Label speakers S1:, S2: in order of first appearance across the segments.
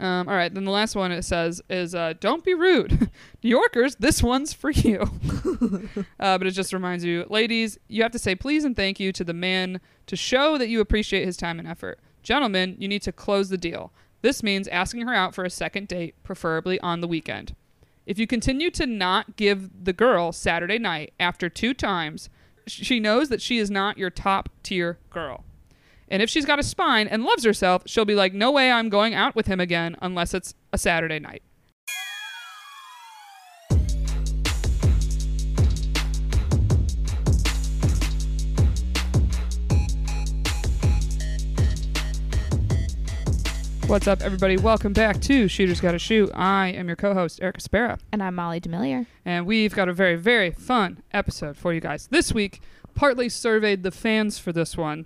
S1: Um, all right, then the last one it says is uh, don't be rude, New Yorkers. This one's for you. uh, but it just reminds you, ladies, you have to say please and thank you to the man to show that you appreciate his time and effort. Gentlemen, you need to close the deal. This means asking her out for a second date, preferably on the weekend. If you continue to not give the girl Saturday night after two times, sh- she knows that she is not your top tier girl. And if she's got a spine and loves herself, she'll be like, no way I'm going out with him again unless it's a Saturday night. What's up, everybody? Welcome back to Shooters Gotta Shoot. I am your co host, Erica Spera.
S2: And I'm Molly Demillier.
S1: And we've got a very, very fun episode for you guys. This week, partly surveyed the fans for this one.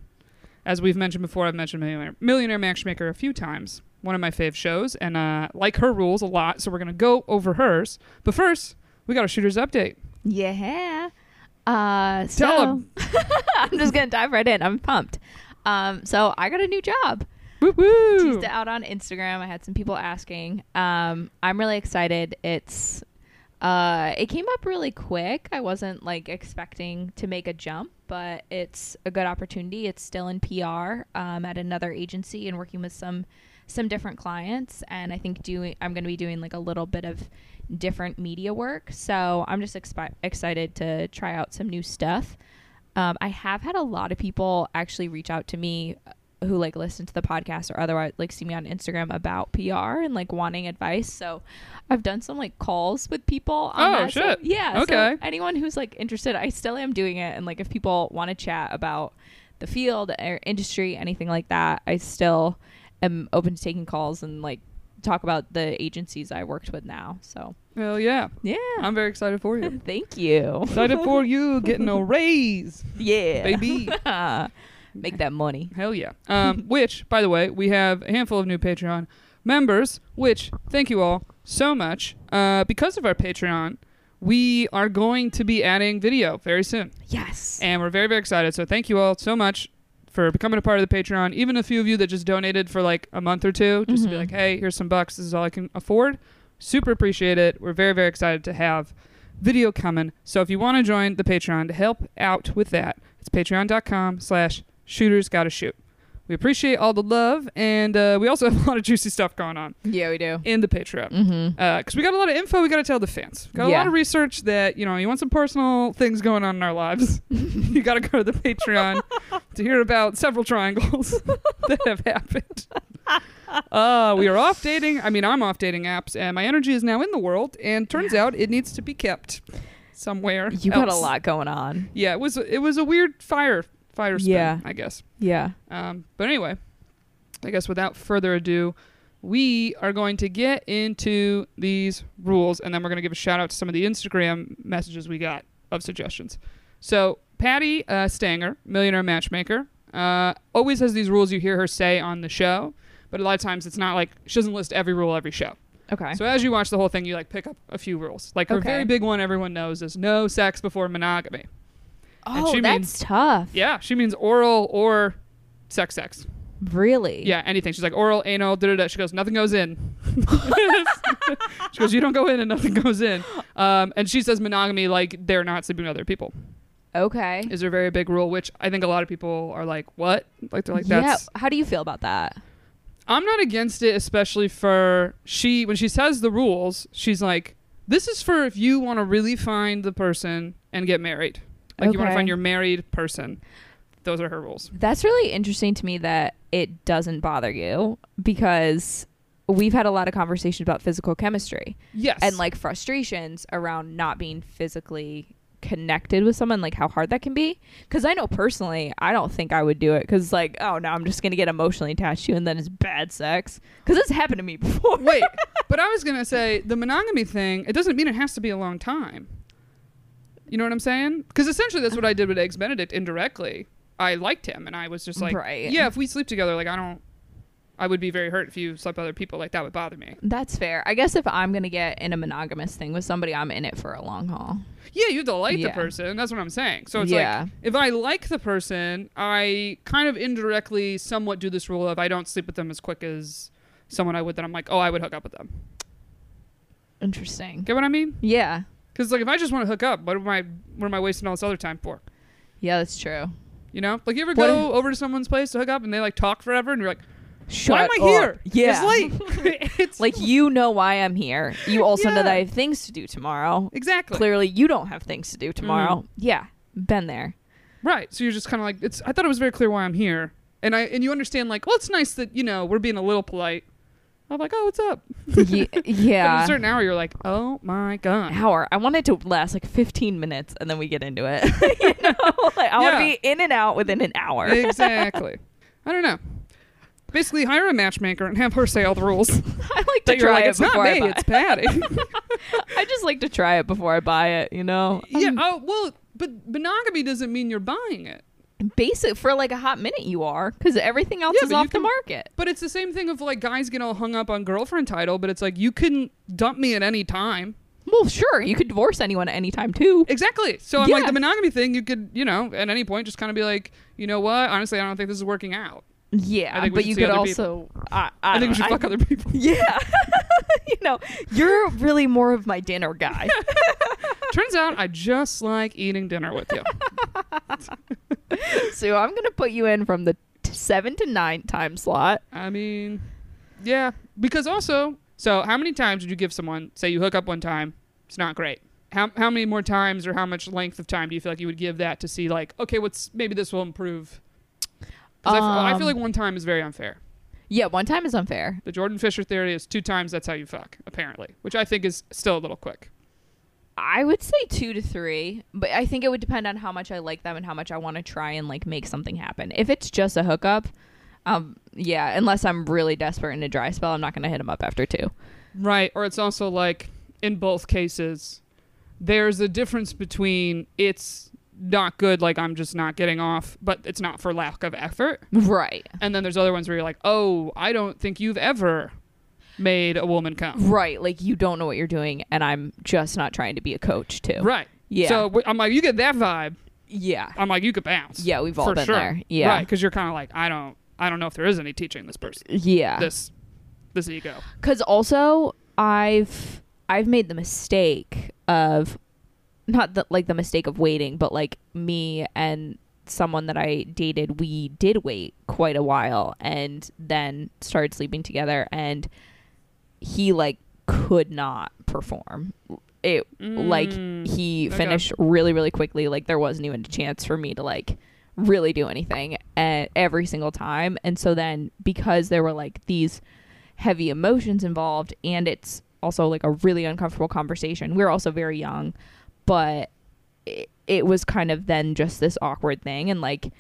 S1: As we've mentioned before, I've mentioned Millionaire, Millionaire Matchmaker a few times, one of my fave shows, and uh, like her rules a lot, so we're going to go over hers. But first, we got a shooter's update.
S2: Yeah. Uh, so
S1: Tell 'em.
S2: I'm just gonna dive right in. I'm pumped. Um, so I got a new job.
S1: Woo woo!
S2: Teased it out on Instagram. I had some people asking. Um, I'm really excited. It's uh, it came up really quick. I wasn't like expecting to make a jump, but it's a good opportunity. It's still in PR um, at another agency and working with some some different clients. And I think doing I'm going to be doing like a little bit of different media work. So I'm just expi excited to try out some new stuff. Um, I have had a lot of people actually reach out to me uh, who like listen to the podcast or otherwise like see me on Instagram about PR and like wanting advice. So I've done some like calls with people. On
S1: Oh,
S2: that. So,
S1: shit.
S2: yeah. so
S1: Okay.
S2: anyone who's like interested, I still am doing it. And like if people want to chat about the field or industry, anything like that, I still am open to taking calls and like talk about the agencies I worked with now. So
S1: Hell yeah.
S2: yeah.
S1: I'm very excited for you.
S2: Thank you.
S1: excited for you getting a raise,
S2: Yeah.
S1: baby.
S2: Make that money.
S1: Hell yeah. Um, which, by the way, we have a handful of new Patreon members, which thank you all so much. Uh, because of our Patreon, we are going to be adding video very soon.
S2: Yes.
S1: And we're very, very excited. So thank you all so much for becoming a part of the Patreon. Even a few of you that just donated for like a month or two, just to be like, hey, here's some bucks. This is all I can afford. Super appreciate it. We're very, very excited to have video coming. So if you want to join the Patreon to help out with that, it's patreon.com slash shooters gotta shoot. We appreciate all the love, and uh, we also have a lot of juicy stuff going on
S2: yeah, we do.
S1: in the Patreon
S2: Mm-hmm.
S1: because Uh, we got a lot of info we got to tell the fans. Got a
S2: Yeah.
S1: lot of research that you know you want some personal things going on in our lives. you got to go to the Patreon to hear about several triangles that have happened. Uh, we are off dating. I mean, I'm off dating apps, and my energy is now in the world. And turns out it needs to be kept somewhere.
S2: You got a
S1: else.
S2: lot going on.
S1: Yeah, it was it was a weird fire fire spin.
S2: Yeah.
S1: I guess.
S2: Yeah.
S1: Um, but anyway, I guess without further ado, we are going to get into these rules and then we're going to give a shout out to some of the Instagram messages we got of suggestions. So, Patty uh, Stanger, millionaire matchmaker, uh, always has these rules you hear her say on the show, but a lot of times it's not like she doesn't list every rule every show.
S2: Okay.
S1: So as you watch the whole thing, you like pick up a few rules. Like her
S2: Okay.
S1: very big one everyone knows is no sex before monogamy. and
S2: oh,
S1: she
S2: that's
S1: means-
S2: tough.
S1: Yeah, she means oral or sex sex.
S2: Really?
S1: Yeah, anything. She's like oral, anal, da da da. She goes, nothing goes in. she goes, you don't go in and nothing goes in. Um, and she says monogamy, like they're not sleeping with other people,
S2: Okay.
S1: is a very big rule, which I think a lot of people are like, what? Like they're like,
S2: yeah.
S1: that's.
S2: How do you feel about that?
S1: I'm not against it, especially for she when she says the rules. She's like, this is for if you want to really find the person and get married. Like you want to
S2: Okay.
S1: find your married person. Those are her rules.
S2: That's really interesting to me that it doesn't bother you because we've had a lot of conversation about physical chemistry
S1: Yes.
S2: and like frustrations around not being physically connected with someone, like how hard that can be. Because I know personally, I don't think I would do it. Because like, oh no, I'm just gonna get emotionally attached to you, and then it's bad sex. Because this happened to me before.
S1: Wait, but I was gonna say the monogamy thing. It doesn't mean it has to be a long time. You know what I'm saying? Because essentially that's what I did with Eggs Benedict indirectly. I liked him, and I was just like,
S2: Right.
S1: yeah, if we sleep together, like I don't, I would be very hurt if you slept with other people. Like that would bother me.
S2: That's fair. I guess if I'm gonna get in a monogamous thing with somebody, I'm in it for a long haul.
S1: Yeah, you have to like the
S2: Yeah.
S1: person. That's what I'm saying. So it's
S2: Yeah.
S1: like if I like the person, I kind of indirectly somewhat do this rule of I don't sleep with them as quick as someone I would that I'm like, oh, I would hook up with them.
S2: Interesting.
S1: Get what I mean?
S2: Yeah.
S1: Because like if I just want to hook up, what am I what am I wasting all this other time for?
S2: Yeah, that's true.
S1: You know? Like you ever
S2: What-
S1: go over to someone's place to hook up and they like talk forever and you're like,
S2: Shut
S1: why am I
S2: up.
S1: here?
S2: Yeah.
S1: It's late. it's
S2: Like you know why I'm here. You also
S1: Yeah.
S2: know that I have things to do tomorrow.
S1: exactly
S2: Clearly, you don't have things to do tomorrow. Yeah, been there.
S1: right. So you're just kind of like it's. I thought it was very clear why I'm here, and I and you understand like, well, it's nice that you know we're being a little polite. I'm like, oh, what's up?
S2: Ye-
S1: At a
S2: yeah.
S1: certain hour, you're like, oh my god.
S2: Hour. I want it to last like 15 minutes, and then we get into it. you know, like, I want
S1: Yeah.
S2: to be in and out within an hour.
S1: exactly. I don't know. Basically, hire a matchmaker and have her say all the rules.
S2: I like to
S1: that you're
S2: try
S1: like,
S2: it
S1: it's not
S2: before I
S1: me,
S2: buy
S1: it's Patty.
S2: I just like to try it before I buy it. You know.
S1: yeah. Oh well, but monogamy doesn't mean you're buying it.
S2: Basic for like a hot minute, you are because everything else
S1: Yeah,
S2: is
S1: but you
S2: off the
S1: can-
S2: market.
S1: But it's the same thing of like guys get all hung up on girlfriend title, but it's like you can dump me at any time.
S2: Well, sure, you could divorce anyone at any time too.
S1: Exactly. So I'm like
S2: Yeah.
S1: the monogamy thing. You could, you know, at any point just kind of be like, you know what? Honestly, I don't think this is working out. I
S2: Yeah,
S1: think we
S2: but
S1: should
S2: you
S1: see
S2: could
S1: other
S2: also. I, I,
S1: I, think
S2: don't
S1: we should
S2: know.
S1: fuck other people.
S2: Yeah, you know, you're really more of my dinner guy.
S1: Turns out I just like eating dinner with you.
S2: so I'm gonna put you in from the t- seven to nine time slot.
S1: I mean, yeah. Because also, so how many times would you give someone? Say you hook up one time, it's not great. How how many more times or how much length of time do you feel like you would give that to see like, okay, what's maybe this will improve? 'Cause I f- I
S2: Um,
S1: feel like one time is very unfair.
S2: Yeah, one time is unfair.
S1: The Jordan Fisher theory is two times that's how you fuck, apparently, which I think is still a little quick.
S2: I would say two to three, but I think it would depend on how much I like them and how much I want to try and like make something happen. If it's just a hookup, um, yeah, unless I'm really desperate in a dry spell, I'm not gonna hit them up after two.
S1: Right. Or it's also like in both cases, there's a difference between it's not good, like I'm just not getting off, but it's not for lack of effort.
S2: Right,
S1: And then there's other ones where you're like, oh, I don't think you've ever made a woman come.
S2: right. Like you don't know what you're doing, and I'm just not trying to be a coach too.
S1: Right.
S2: Yeah.
S1: So w- I'm like, you get that vibe.
S2: Yeah.
S1: I'm like, you could bounce.
S2: Yeah, we've all
S1: for
S2: been
S1: sure.
S2: there. Yeah.
S1: Right. Because you're kind of like, I don't, I don't know if there is any teaching this person,
S2: Yeah.
S1: this, this ego.
S2: because also i've i've made the mistake of not the, like the mistake of waiting but like me and someone that i dated we did wait quite a while and then started sleeping together and he like could not perform it like
S1: Mm,
S2: he
S1: okay.
S2: finished really really quickly like there wasn't even a chance for me to like really do anything at every single time and so then because there were like these heavy emotions involved and it's also like a really uncomfortable conversation we were also very young but it, it was kind of then just this awkward thing and like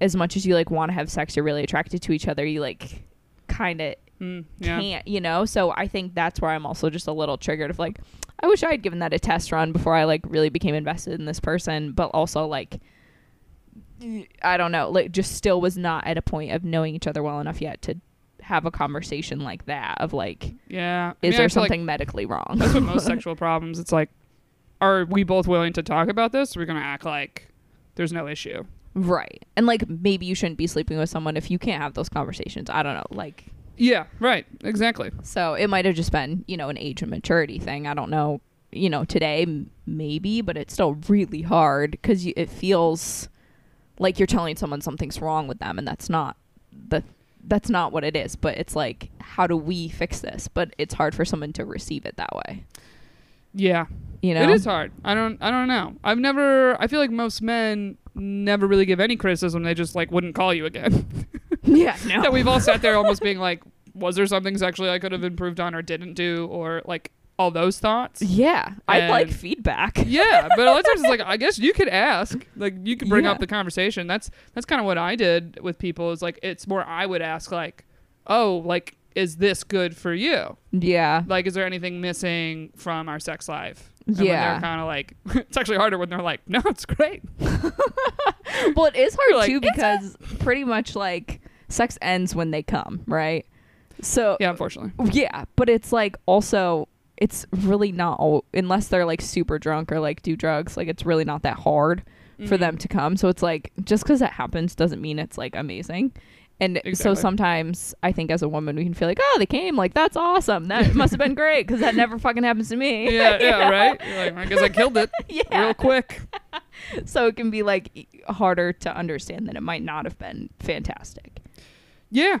S2: as much as you like want to have sex you're really attracted to each other you like kind of
S1: Mm, yeah.
S2: can't, you know? So I think that's where I'm also just a little triggered of like, I wish I had given that a test run before I like really became invested in this person, but also like, I don't know, like just still was not at a point of knowing each other well enough yet to have a conversation like that of like, is
S1: Yeah. I mean, I
S2: there
S1: feel like
S2: something medically wrong?
S1: That's what most sexual problems. It's like, are we both willing to talk about this? We're gonna act like there's no issue.
S2: right. And like, maybe you shouldn't be sleeping with someone if you can't have those conversations. I don't know. Like,
S1: Yeah, right, exactly.
S2: So it might have just been, you know, an age and maturity thing. I don't know, you know, today m- maybe, but it's still really hard because it feels like you're telling someone something's wrong with them, and that's not the that's not what it is. But it's like, how do we fix this? But it's hard for someone to receive it that way.
S1: Yeah,
S2: You know,
S1: it is hard. I don't, I don't know. I've never. I feel like most men never really give any criticism. They just like wouldn't call you again.
S2: yeah, no,
S1: that we've all sat there almost being like, was there something sexually I could have improved on or didn't do, or like all those thoughts.
S2: Yeah, I'd
S1: And-
S2: like feedback.
S1: yeah, but a lot of times it's like I guess you could ask, like you could bring
S2: Yeah.
S1: up the conversation. That's that's kind of what I did with people. Is like it's more I would ask like, oh, like is this good for you?
S2: Yeah,
S1: Like is there anything missing from our sex life? And when
S2: Yeah.
S1: they're kind of like it's actually harder when they're like, no, it's great.
S2: well, it is hard
S1: You're like,
S2: too
S1: "It's a-"
S2: because pretty much like sex ends when they come, right? So
S1: Yeah, unfortunately.
S2: Yeah, but it's like also it's really not all unless they're like super drunk or like do drugs. Like it's really not that hard for them to come. So it's like just because that happens doesn't mean it's like amazing. And so
S1: Exactly.
S2: sometimes I think as a woman we can feel like oh they came like that's awesome that must have been great because that never fucking happens to me.
S1: Yeah, yeah, right. You're like, I guess I killed it
S2: Yeah.
S1: real quick.
S2: So it can be like e- harder to understand that it might not have been fantastic.
S1: Yeah.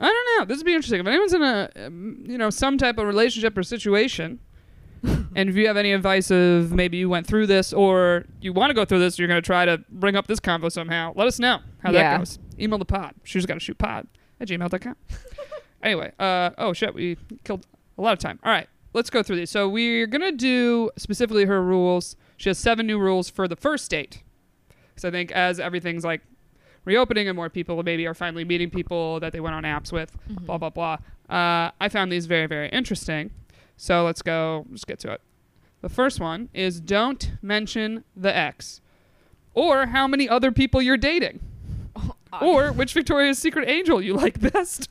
S1: I don't know. This would be interesting. If anyone's in a, um, you know, some type of relationship or situation, and if you have any advice of maybe you went through this or you want to go through this, you're going to try to bring up this convo somehow, let us know how
S2: Yeah.
S1: that goes. Email the pod. She's got to shoot pod at gmail.com. anyway, uh, oh shit, we killed a lot of time. All right, let's go through these. So we're going to do specifically her rules. She has seven new rules for the first date. Because I think as everything's like reopening and more people maybe are finally meeting people that they went on apps with, blah, blah, blah. Uh, I found these very, very interesting. So let's go, just get to it. The first one is don't mention the ex or how many other people you're dating.
S2: Oh,
S1: Or which Victoria's Secret angel you like best.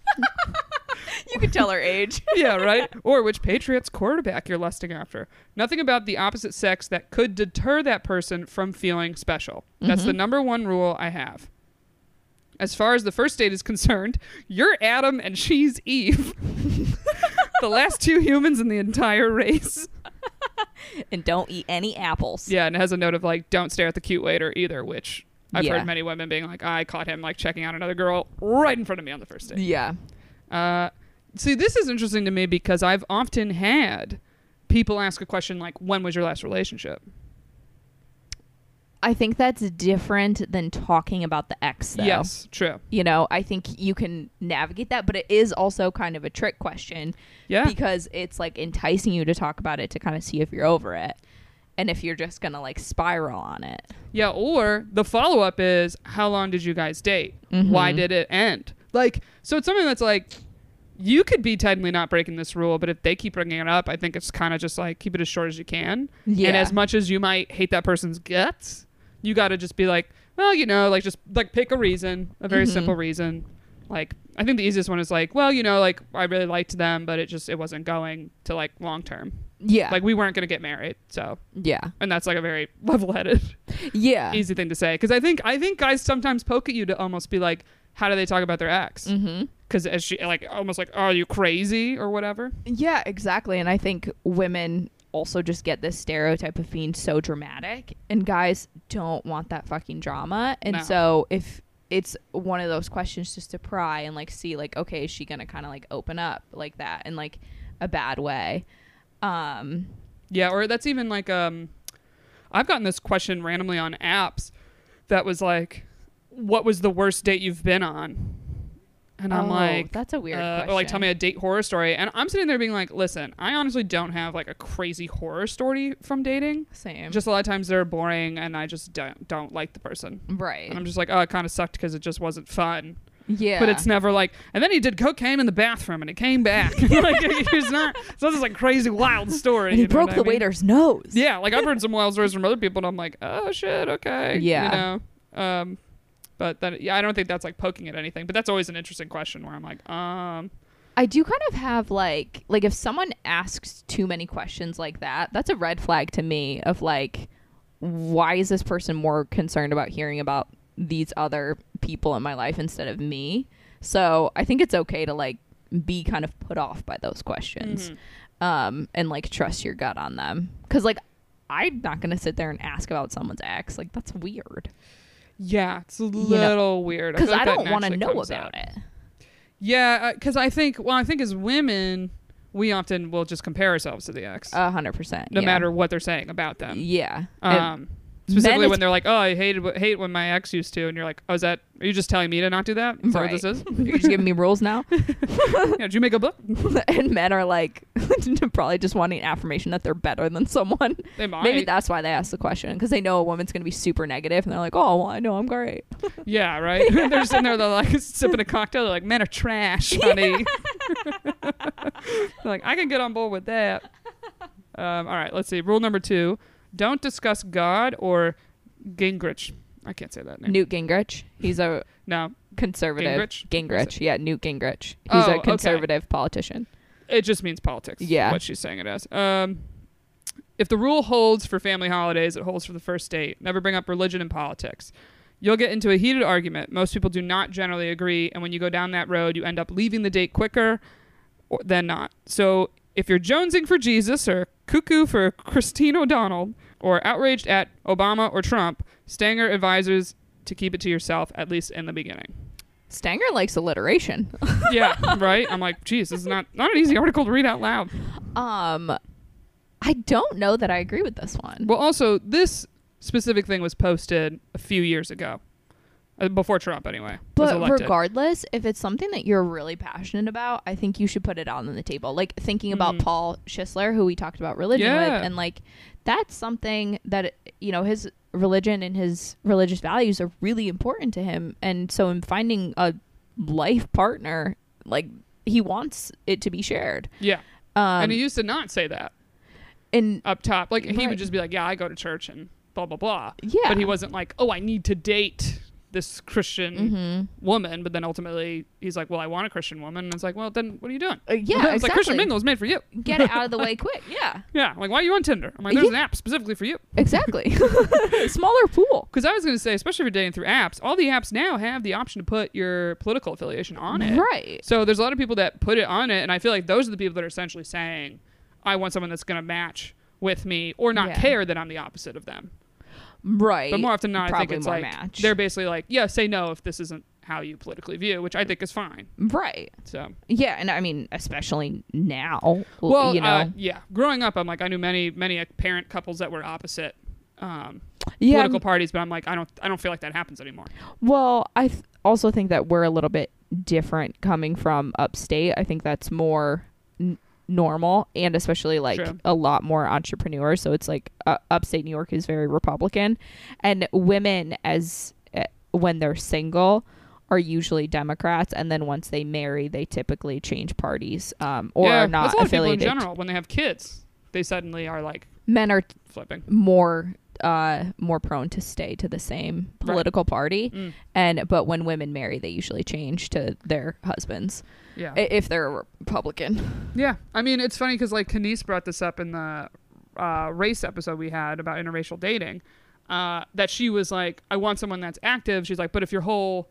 S2: You could tell her age.
S1: yeah, right? Or which Patriots quarterback you're lusting after. Nothing about the opposite sex that could deter that person from feeling special. That's the number one rule I have. As far as the first date is concerned, you're Adam and she's Eve. the last two humans in the entire race.
S2: and don't eat any apples.
S1: Yeah, and it has a note of like, don't stare at the cute waiter either, which I've
S2: Yeah.
S1: heard many women being like, I caught him like checking out another girl right in front of me on the first date.
S2: Yeah.
S1: Uh, see, this is interesting to me because I've often had people ask a question like, "When was your last relationship?"
S2: I think that's different than talking about the ex, though.
S1: Yes, true.
S2: You know, I think you can navigate that, but it is also kind of a trick question
S1: Yeah,
S2: because it's like enticing you to talk about it to kind of see if you're over it and if you're just going to like spiral on it.
S1: yeah. Or the follow up is, "How long did you guys date? Why
S2: Mm-hmm.
S1: did it end?" Like, so it's something that's like. You could be technically not breaking this rule, but if they keep bringing it up, I think it's kind of just like keep it as short as you can.
S2: Yeah.
S1: And as much as you might hate that person's guts, you got to just be like, well, you know, like just like pick a reason, a
S2: Mm-hmm.
S1: very simple reason. Like I think the easiest one is like, well, you know, like I really liked them, but it just it wasn't going to like long term.
S2: Yeah.
S1: Like we weren't going to get married, so
S2: yeah.
S1: and that's like a very level-headed,
S2: Yeah.
S1: easy thing to say because I think I think guys sometimes poke at you to almost be like, how do they talk about their ex?
S2: Mhm.
S1: Because as she like almost like, are you crazy or whatever?
S2: Yeah, exactly. And I think women also just get this stereotype of being so dramatic, and guys don't want that fucking drama. And
S1: No.
S2: so if it's one of those questions just to pry and like see like okay is she gonna kind of like open up like that in like a bad way um
S1: Yeah, or that's even like um I've gotten this question randomly on apps that was like what was the worst date you've been on? And I'm
S2: oh,
S1: like
S2: that's a weird
S1: uh,
S2: question
S1: or like tell me a date horror story and I'm sitting there being like, "Listen, I honestly don't have like a crazy horror story from dating.
S2: same
S1: Just a lot of times they're boring and I just don't don't like the person."
S2: right
S1: And I'm just like, "Oh, it kind of sucked cuz it just wasn't fun."
S2: yeah
S1: But it's never like, and then he did cocaine in the bathroom and it came back. like it's not it's not this like crazy wild story.
S2: and he
S1: you know what
S2: broke
S1: I
S2: the
S1: mean?
S2: waiter's nose
S1: Yeah, like I've heard some wild stories from other people, and I'm like, oh shit, okay,
S2: Yeah.
S1: you know. Um, but that yeah, I don't think that's like poking at anything, but that's always an interesting question where I'm like, um,
S2: I do kind of have like like if someone asks too many questions like that, that's a red flag to me of like why is this person more concerned about hearing about these other people in my life instead of me? So, I think it's okay to like be kind of put off by those questions.
S1: Mm-hmm.
S2: Um and like trust your gut on them cuz like I'm not going to sit there and ask about someone's ex. Like that's weird
S1: yeah, it's a
S2: know,
S1: little weird
S2: cuz
S1: feel
S2: I,
S1: like that
S2: don't want to
S1: naturally
S2: know
S1: comes out.
S2: about it.
S1: Yeah, because I think well, I think as women, we often will just compare ourselves to the ex,
S2: A 100%.
S1: no
S2: Uh, yeah.
S1: matter what they're saying about them.
S2: Yeah. And-
S1: Um, Specifically
S2: Men
S1: when
S2: is-
S1: they're like, "Oh, I hated wh- hate when my ex used to," and you're like, "Oh, is that? Are you just telling me to not do that? Is that what this
S2: Right.
S1: is?
S2: You're just giving me rules now.
S1: yeah, did you make a book?
S2: and men are like probably just wanting affirmation that they're better than someone.
S1: They might.
S2: Maybe that's why they ask the question because they know a woman's going to be super negative and they're like, oh, well, I know I'm great.
S1: Yeah, right. they're sitting there, they're like sipping a cocktail. They're like, "Men are trash, honey." They're like, I can get on board with that. Um, all right, let's see. Rule number two: Don't discuss God or Gingrich. I can't say that name.
S2: Newt Gingrich, he's a
S1: no,
S2: conservative.
S1: Gingrich? That's
S2: yeah, Newt Gingrich. He's
S1: Oh,
S2: a
S1: okay.
S2: conservative politician.
S1: It just means politics. is
S2: Yeah.
S1: What she's saying it as. Um, if the rule holds for family holidays, it holds for the first date. Never bring up religion and politics. You'll get into a heated argument. Most people do not generally agree, and when you go down that road, you end up leaving the date quicker or, than not. So if you're jonesing for Jesus or cuckoo for Christine O'Donnell or outraged at Obama or Trump, Stanger advises to keep it to yourself, at least in the beginning.
S2: Stanger likes alliteration.
S1: yeah, right? I'm like, geez, this is not, not an easy article to read out loud.
S2: um, I don't know that I agree with this one.
S1: Well, also this specific thing was posted a few years ago, uh, before Trump, anyway. was
S2: But
S1: elected.
S2: regardless, if it's something that you're really passionate about, I think you should put it out on the table. Like thinking about
S1: Mhm.
S2: Paul Schisler, who we talked about religion
S1: Yeah.
S2: with, and like that's something that you know his religion and his religious values are really important to him, and so in finding a life partner, like he wants it to be shared.
S1: yeah,
S2: Um,
S1: and he used to not say that
S2: and
S1: up top. Like he
S2: Right.
S1: would just be like, "Yeah, I go to church and blah blah blah."
S2: yeah,
S1: But he wasn't like, "Oh, I need to date this Christian
S2: Mm-hmm.
S1: woman." But then ultimately, he's like, "Well, I want a Christian woman." And it's like, "Well, then what are you doing?"
S2: Uh, yeah,
S1: it's like Christian
S2: exactly.
S1: Mingle is made for you.
S2: get it out of the way quick. Yeah,
S1: Yeah, I'm like why are you on Tinder? I'm like,
S2: Yeah.
S1: there's an app specifically for you.
S2: exactly. Smaller pool.
S1: Because I was going to say, especially if you're dating through apps, all the apps now have the option to put your political affiliation on it.
S2: Right.
S1: So there's a lot of people that put it on it, and I feel like those are the people that are essentially saying, "I want someone that's going to match with me, or not
S2: Yeah.
S1: care that I'm the opposite of them."
S2: Right.
S1: But more often than not, I think
S2: Probably
S1: it's
S2: more
S1: like
S2: match.
S1: they're basically like, "Yeah, say no if this isn't how you politically view," which I think is fine.
S2: right.
S1: So,
S2: Yeah, and I mean, especially now. l-
S1: well,
S2: you know,
S1: uh, yeah, growing up, I'm like, I knew many, many uh, parent couples that were opposite. Um,
S2: uh, yeah.
S1: political parties, but I'm like, I don't, I don't feel like that happens anymore.
S2: Well, I th- also think that we're a little bit different coming from upstate. I think that's more n- normal, and especially like
S1: True.
S2: a lot more entrepreneurs. So it's like uh, upstate New York is very Republican, and women as uh, when they're single are usually Democrats, and then once they marry, they typically change parties um, or
S1: yeah,
S2: are not
S1: that's a lot
S2: affiliated.
S1: of people in general when they have kids, they suddenly are like
S2: Men are
S1: flipping.
S2: more uh more prone to stay to the same political party
S1: Mm.
S2: and but when women marry they usually change to their husbands
S1: Yeah,
S2: i- if they're a republican
S1: Yeah, I mean it's funny because like Kanice brought this up in the uh, race episode we had about interracial dating, uh, that she was like, I want someone that's active. She's like, but if your whole,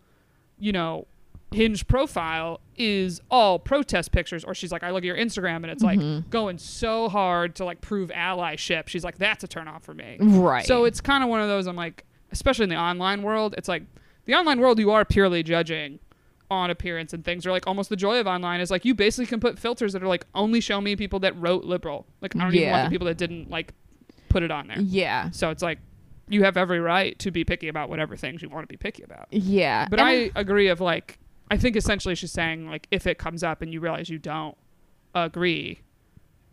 S1: you know, hinge profile is all protest pictures, or she's like, I look at your Instagram and it's like going so hard to like prove allyship. She's like, that's a turn off for me.
S2: right
S1: So it's kind of one of those. I'm like, especially in the online world, it's like the online world you are purely judging on appearance and things. Or like almost the joy of online is like you basically can put filters that are like only show me people that wrote liberal. Like I don't even want
S2: Yeah.
S1: the people that didn't like put it on there.
S2: yeah
S1: So it's like you have every right to be picky about whatever things you want to be picky about.
S2: yeah
S1: But
S2: And
S1: I agree. Of like, I think essentially she's saying like if it comes up and you realize you don't agree,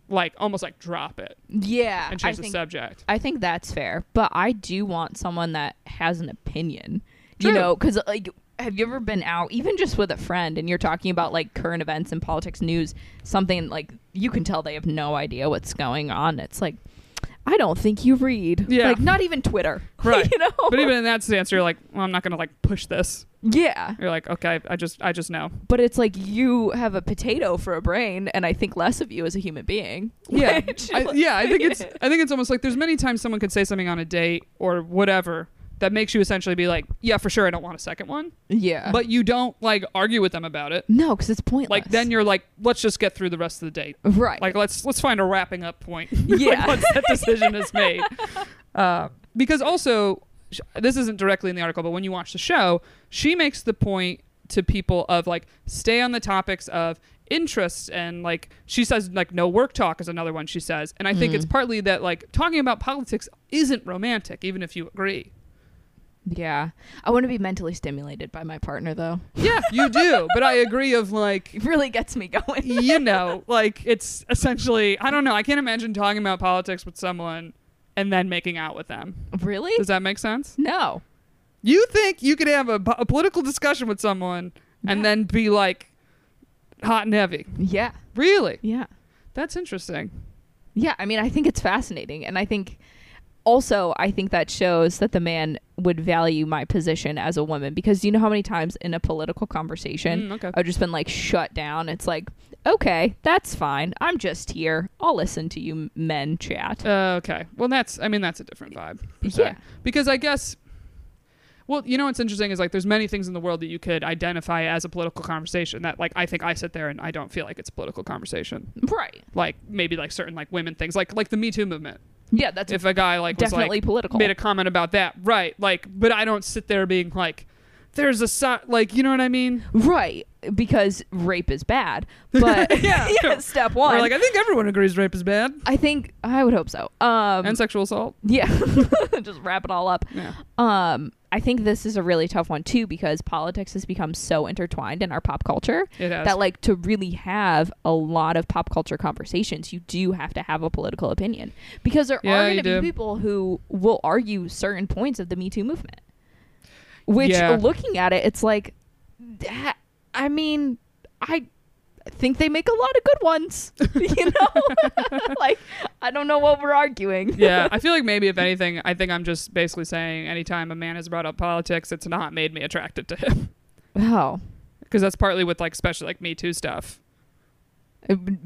S1: like almost like drop it
S2: yeah
S1: and
S2: I
S1: change the
S2: think,
S1: subject.
S2: I think that's fair but i do want someone that has an opinion
S1: True.
S2: you know because like have you ever been out even just with a friend and you're talking about like current events and politics news something like you can tell they have no idea what's going on it's like i don't think you read
S1: Yeah.
S2: like not even twitter
S1: Right.
S2: you know
S1: but even in that stance, you're like, well, I'm not gonna like push this.
S2: yeah
S1: You're like, okay, I just, I just know.
S2: but it's like you have a potato for a brain and i think less of you as a human being Which-
S1: I, yeah. I think it's, I think it's almost like there's many times someone could say something on a date or whatever that makes you essentially be like, yeah, for sure, I don't want a second one.
S2: yeah
S1: But you don't like argue with them about it.
S2: no because it's pointless
S1: Like then you're like, let's just get through the rest of the date.
S2: right
S1: Like let's let's find a wrapping up point.
S2: Yeah.
S1: like, once that decision is made, uh, because also sh- this isn't directly in the article, but when you watch the show, she makes the point to people of like stay on the topics of interests and like she says like no work talk is another one she says and i think it's partly that like talking about politics isn't romantic even if you agree
S2: Yeah. I want to be mentally stimulated by my partner, though.
S1: yeah you do but i agree of like
S2: It really gets me going.
S1: you know, like it's essentially I don't know, I can't imagine talking about politics with someone and then making out with them.
S2: really?
S1: Does that make sense?
S2: No.
S1: You think you could have a, po- a political discussion with someone and then be like hot and heavy.
S2: Yeah.
S1: Really?
S2: Yeah.
S1: That's interesting.
S2: Yeah. I mean, I think it's fascinating. And I think also, I think that shows that the man would value my position as a woman because do you know how many times in a political conversation
S1: Mm, okay.
S2: I've just been like shut down? It's like, okay, that's fine. I'm just here. I'll listen to you men chat.
S1: Uh, okay. Well, that's I mean that's a different vibe. per se.
S2: Yeah.
S1: Because I guess well, you know what's interesting is like there's many things in the world that you could identify as a political conversation that like I think I sit there and I don't feel like it's a political conversation.
S2: right.
S1: Like maybe like certain like women things like like the Me Too movement.
S2: Yeah. That's
S1: if a guy like was
S2: definitely
S1: like,
S2: political.
S1: made a comment about that right like but i don't sit there being like there's a si-, like you know what i mean
S2: Right, because rape is bad. But
S1: Yeah.
S2: yeah, step one.
S1: or like i think everyone agrees rape is bad
S2: I think I would hope so. Um,
S1: and sexual assault
S2: yeah, just wrap it all up.
S1: yeah
S2: Um, I think this is a really tough one too because politics has become so intertwined in our pop culture
S1: it has
S2: that, like, to really have a lot of pop culture conversations, you do have to have a political opinion because there
S1: Yeah,
S2: are
S1: you
S2: going to
S1: do.
S2: be people who will argue certain points of the Me Too movement. Which,
S1: Yeah.
S2: looking at it, it's like, that- I mean, I think they make a lot of good ones. You know, like I don't know what we're arguing.
S1: yeah i feel like maybe if anything i think i'm just basically saying anytime a man has brought up politics it's not made me attracted to him
S2: Oh,
S1: because that's partly with like especially like me too stuff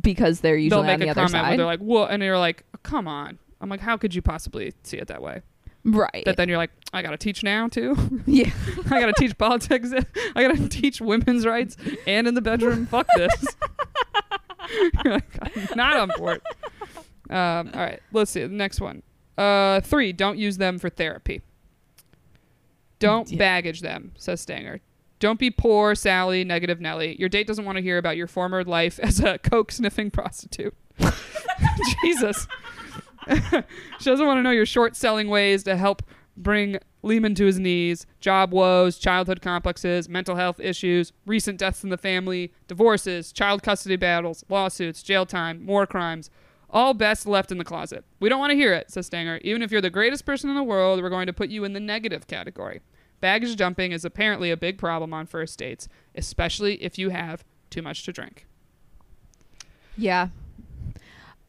S2: because they're usually
S1: they'll make
S2: on the
S1: a
S2: other
S1: comment where
S2: side,
S1: they're like what and you're like come on i'm like how could you possibly see it that way
S2: right?
S1: but then you're like i gotta teach now too
S2: yeah.
S1: I gotta teach politics. I gotta teach women's rights and in the bedroom. Fuck this. You're like, I'm not on board. Um, all right, let's see. The next one. Uh, three, don't use them for therapy. Don't
S2: Yeah.
S1: baggage them, says Stanger. Don't be poor, Sally, negative Nelly. Your date doesn't want to hear about your former life as a coke sniffing prostitute. Jesus. she doesn't want to know your short selling ways to help bring Lehman to his knees, job woes, childhood complexes, mental health issues, recent deaths in the family, divorces, child custody battles, lawsuits, jail time, more crimes. All best left in the closet. We don't want to hear it, says Stanger. Even if you're the greatest person in the world, we're going to put you in the negative category. Baggage dumping is apparently a big problem on first dates, especially if you have too much to drink.
S2: Yeah.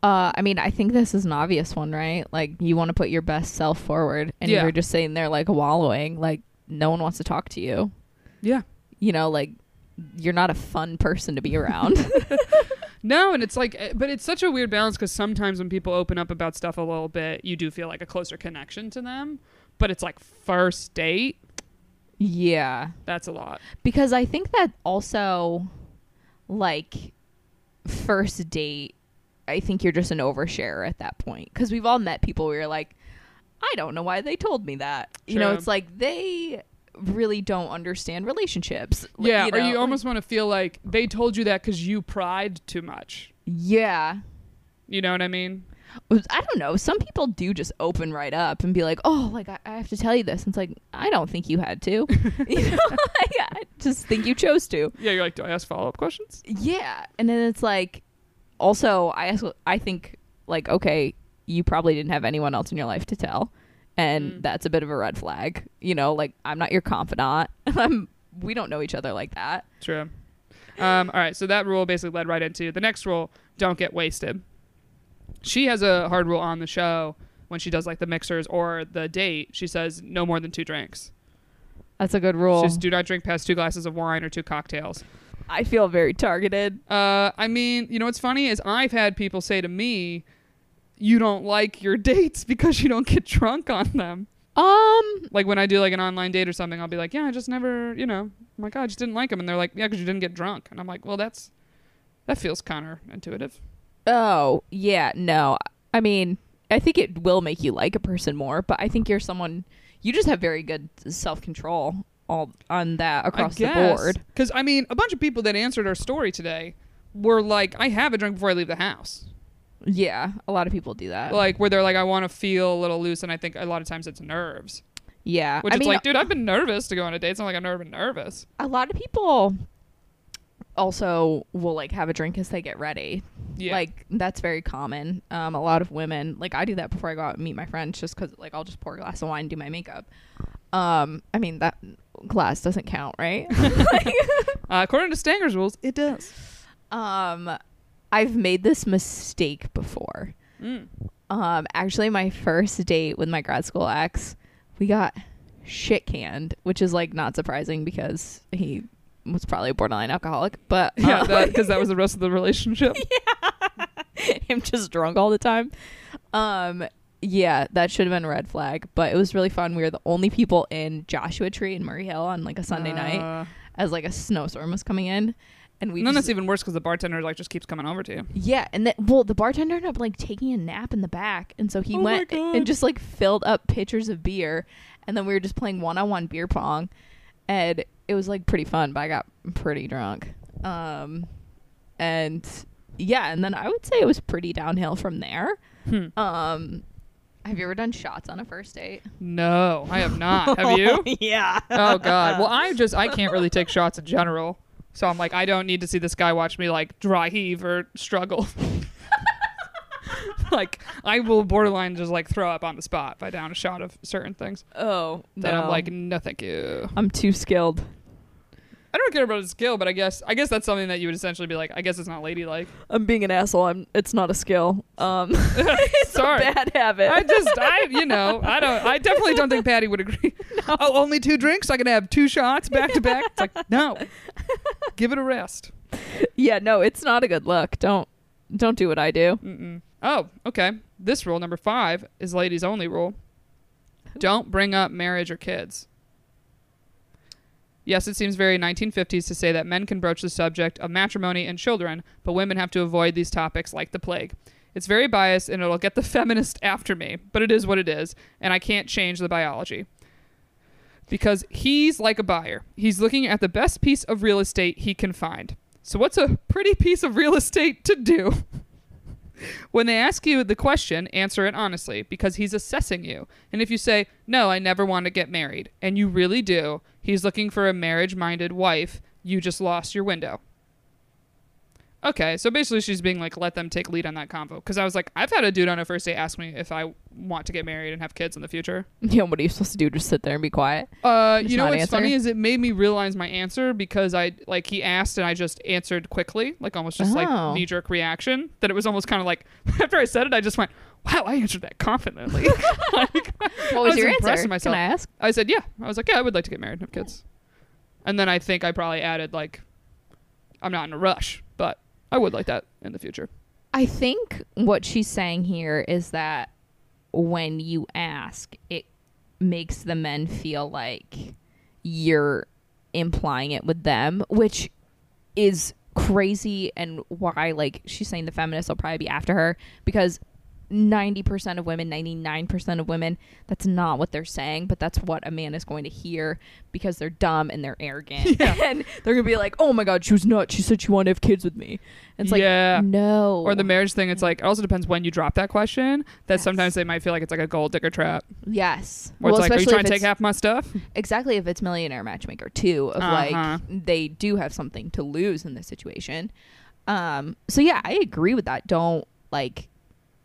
S2: Uh, I mean, I think this is an obvious one, right? Like, you want to put your best self forward, and
S1: Yeah.
S2: you're just sitting there like wallowing, like no one wants to talk to you.
S1: Yeah.
S2: You know, like you're not a fun person to be around.
S1: No, and it's like, eh, but it's such a weird balance because sometimes when people open up about stuff a little bit, you do feel like a closer connection to them. But it's like first date,
S2: yeah,
S1: that's a lot.
S2: because I think that also, like, first date, I think you're just an oversharer at that point because we've all met people where you're like, I don't know why they told me that. You know,
S1: True.
S2: it's like they really don't understand relationships. Like,
S1: Yeah, or
S2: know,
S1: you
S2: like-
S1: almost want to feel like they told you that because you pried too much.
S2: Yeah.
S1: You know what I mean?
S2: I don't know. Some people do just open right up and be like, "Oh, like I, I have to tell you this." And it's like I don't think you had to. you know, like, I just think you chose to.
S1: Yeah, you're like, do I ask follow up questions?
S2: Yeah, and then it's like, also, I ask, I think like, okay, you probably didn't have anyone else in your life to tell, and that's a bit of a red flag. You know, like I'm not your confidant. I'm. We don't know each other like that.
S1: True. Um, all right, so that rule basically led right into the next rule don't get wasted. She has a hard rule on the show when she does like the mixers or the date. She says no more than two drinks.
S2: That's a good rule.
S1: Just do not drink past two glasses of wine or two cocktails.
S2: I feel very targeted.
S1: Uh, I mean, you know what's funny is I've had people say to me, "You don't like your dates because you don't get drunk on them."
S2: Um.
S1: Like when I do like an online date or something, I'll be like, "Yeah, I just never, you know, I'm like, "Oh, I just didn't like them," and they're like, "Yeah, because you didn't get drunk," and I'm like, "Well, that's that feels counterintuitive."
S2: Oh, yeah, no. I mean, I think it will make you like a person more, but I think you're someone you just have very good self-control all on that across the board.
S1: Because I mean, a bunch of people that answered our story today were like, I have a drink before I leave the house.
S2: Yeah, a lot of people do that.
S1: Like where they're like, I want to feel a little loose, and I think a lot of times it's nerves.
S2: yeah,
S1: Which
S2: I
S1: it's
S2: mean, uh,
S1: like, dude, I've been nervous to go on a date. It's not like I've never been nervous.
S2: a lot of people also will like have a drink as they get ready.
S1: Yeah.
S2: Like that's very common. Um, a lot of women like I do that before I go out and meet my friends, just because like I'll just pour a glass of wine, and do my makeup. Um, I mean that glass doesn't count, right?
S1: Uh, according to Stanger's rules, it does.
S2: um, I've made this mistake before.
S1: Mm.
S2: Um, actually, my first date with my grad school ex, we got shit canned, which is like not surprising because he was probably a borderline alcoholic. But
S1: Yeah,
S2: um,
S1: because that was the rest of the relationship.
S2: him just drunk all the time. Um, yeah, that should have been a red flag, but it was really fun. We were the only people in Joshua Tree in Murray Hill on like a Sunday night
S1: Uh,
S2: as like a snowstorm was coming in, and we
S1: and then
S2: just,
S1: that's even worse because the bartender like just keeps coming over to you.
S2: yeah, and then well, the bartender ended up like taking a nap in the back, and so he
S1: Oh my
S2: went
S1: God.
S2: and just like filled up pitchers of beer, and then we were just playing one on one beer pong, and it was like pretty fun, but I got pretty drunk, um, and yeah, and then I would say it was pretty downhill from there.
S1: Hmm.
S2: Um, have you ever done shots on a first date?
S1: No, I have not. Have you?
S2: yeah.
S1: Oh God. Well, I just I can't really take shots in general, so I'm like I don't need to see this guy watch me like dry heave or struggle. like I will borderline just like throw up on the spot if I down a shot of certain things.
S2: Oh,
S1: Then
S2: no.
S1: I'm like, no, thank you.
S2: I'm too skilled.
S1: I don't care about his skill, but I guess I guess that's something that you would essentially be like. I guess it's not ladylike.
S2: I'm being an asshole. I'm. It's not a skill. Um, it's
S1: Sorry.
S2: a bad habit.
S1: I just I you know I don't I definitely don't think Patty would agree. Oh, only two drinks. I can have two shots back to back. It's like no, give it a rest.
S2: yeah no it's not a good look don't don't do what i do
S1: Mm-mm. Oh, okay. This rule number five is ladies only rule. Don't bring up marriage or kids. Yes, it seems very 1950s to say that men can broach the subject of matrimony and children, but women have to avoid these topics like the plague. It's very biased and it'll get the feminist after me, but it is what it is, and I can't change the biology. Because he's like a buyer. He's looking at the best piece of real estate he can find. So, what's a pretty piece of real estate to do? When they ask you the question, answer it honestly because he's assessing you. And if you say, No, I never want to get married, and you really do, he's looking for a marriage minded wife, you just lost your window. Okay, so basically she's being like, Let them take lead on that convo. Because I was like, I've had a dude on a first date ask me if I want to get married and have kids in the future.
S2: you know what are you supposed to do just sit there and be quiet
S1: Uh,
S2: Just
S1: you know
S2: not
S1: what's
S2: answer?
S1: funny is it made me realize my answer because I like he asked and I just answered quickly, like almost just
S2: Oh.
S1: like knee jerk reaction. That it was almost kind of like after I said it, I just went, "Wow, I answered that confidently." Like,
S2: what was,
S1: I was
S2: your
S1: impressed
S2: answer
S1: with myself.
S2: can i ask
S1: I said, "Yeah." I was like, "Yeah, I would like to get married and have kids." And then I think I probably added like, "I'm not in a rush, but I would like that in the future."
S2: i think what she's saying here is that when you ask it makes the men feel like you're implying it with them which is crazy and why like she's saying the feminists will probably be after her because 90% of women 99% of women that's not what they're saying but that's what a man is going to hear because they're dumb and they're arrogant and they're gonna be like oh my god she was nuts she said she wanted to have kids with me And it's like
S1: Yeah.
S2: no
S1: Or the marriage thing, it's like it also depends when you drop that question. That
S2: Yes.
S1: sometimes they might feel like it's like a gold digger trap.
S2: yes
S1: Where it's like, are you
S2: especially
S1: trying to
S2: if it's-
S1: take half my stuff?
S2: exactly if it's millionaire matchmaker too of
S1: Uh-huh.
S2: like they do have something to lose in this situation um so yeah i agree with that don't like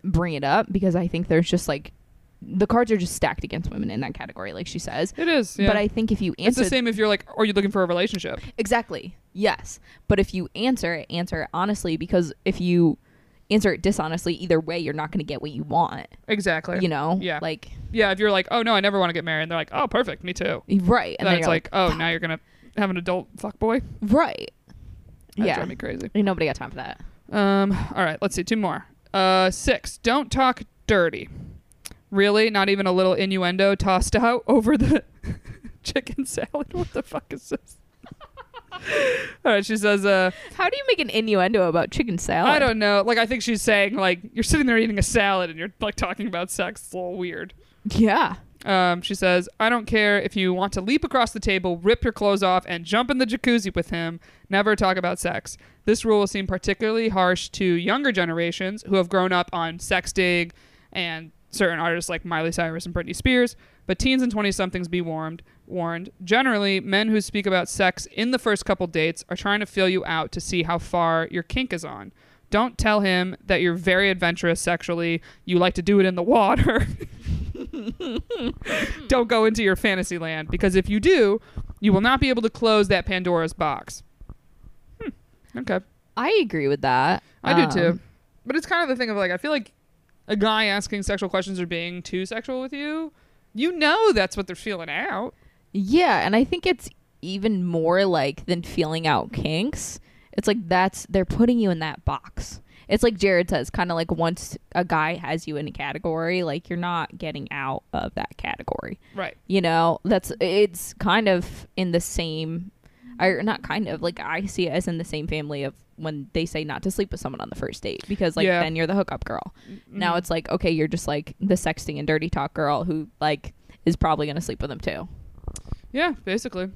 S2: bring it up because i think there's just like the cards are just stacked against women in that category like she says
S1: It is. Yeah.
S2: but i think if you
S1: It's
S2: answer
S1: the same if you're like, are you looking for a relationship?
S2: exactly yes but if you answer it answer it honestly because if you answer it dishonestly either way you're not going to get what you want
S1: Exactly.
S2: you know
S1: Yeah.
S2: like
S1: yeah. If you're like, oh no, I never want to get married, and they're like, oh, perfect, me too.
S2: right
S1: And then
S2: then
S1: it's
S2: you're
S1: like, oh, now you're gonna have an adult fuck boy.
S2: right
S1: That
S2: yeah
S1: drive me crazy.
S2: Ain't nobody got time for that
S1: Um. All right. Let's see. Two more. Uh. Six. Don't talk dirty. Really? Not even a little innuendo tossed out over the chicken salad? What the fuck is this? All right. She says, uh.
S2: How do you make an innuendo about chicken salad?
S1: I don't know. Like, I think she's saying, like, you're sitting there eating a salad and you're, like, talking about sex. It's a little weird.
S2: Yeah.
S1: Um, she says, I don't care if you want to leap across the table, rip your clothes off, and jump in the jacuzzi with him. Never talk about sex. This rule will seem particularly harsh to younger generations who have grown up on Sextig and certain artists like Miley Cyrus and Britney Spears, but teens and 20 somethings be warned. Warned. Generally, men who speak about sex in the first couple dates are trying to feel you out to see how far your kink is on. Don't tell him that you're very adventurous sexually, you like to do it in the water. Don't go into your fantasy land because if you do, you will not be able to close that Pandora's box. Hmm. Okay.
S2: I agree with that.
S1: I
S2: Um,
S1: do too. But it's kind of the thing of like I feel like a guy asking sexual questions or being too sexual with you, you know that's what they're feeling out.
S2: Yeah, and I think it's even more like than feeling out kinks. It's like that's they're putting you in that box. It's like Jared says, kind of like once a guy has you in a category, like you're not getting out of that category.
S1: Right.
S2: You know, that's it's kind of in the same, or not kind of like I see it as in the same family of when they say not to sleep with someone on the first date because like
S1: Yeah.
S2: then you're the hookup girl.
S1: Mm-hmm.
S2: Now it's like okay, you're just like the sexting and dirty talk girl who like is probably gonna sleep with him too.
S1: Yeah, basically.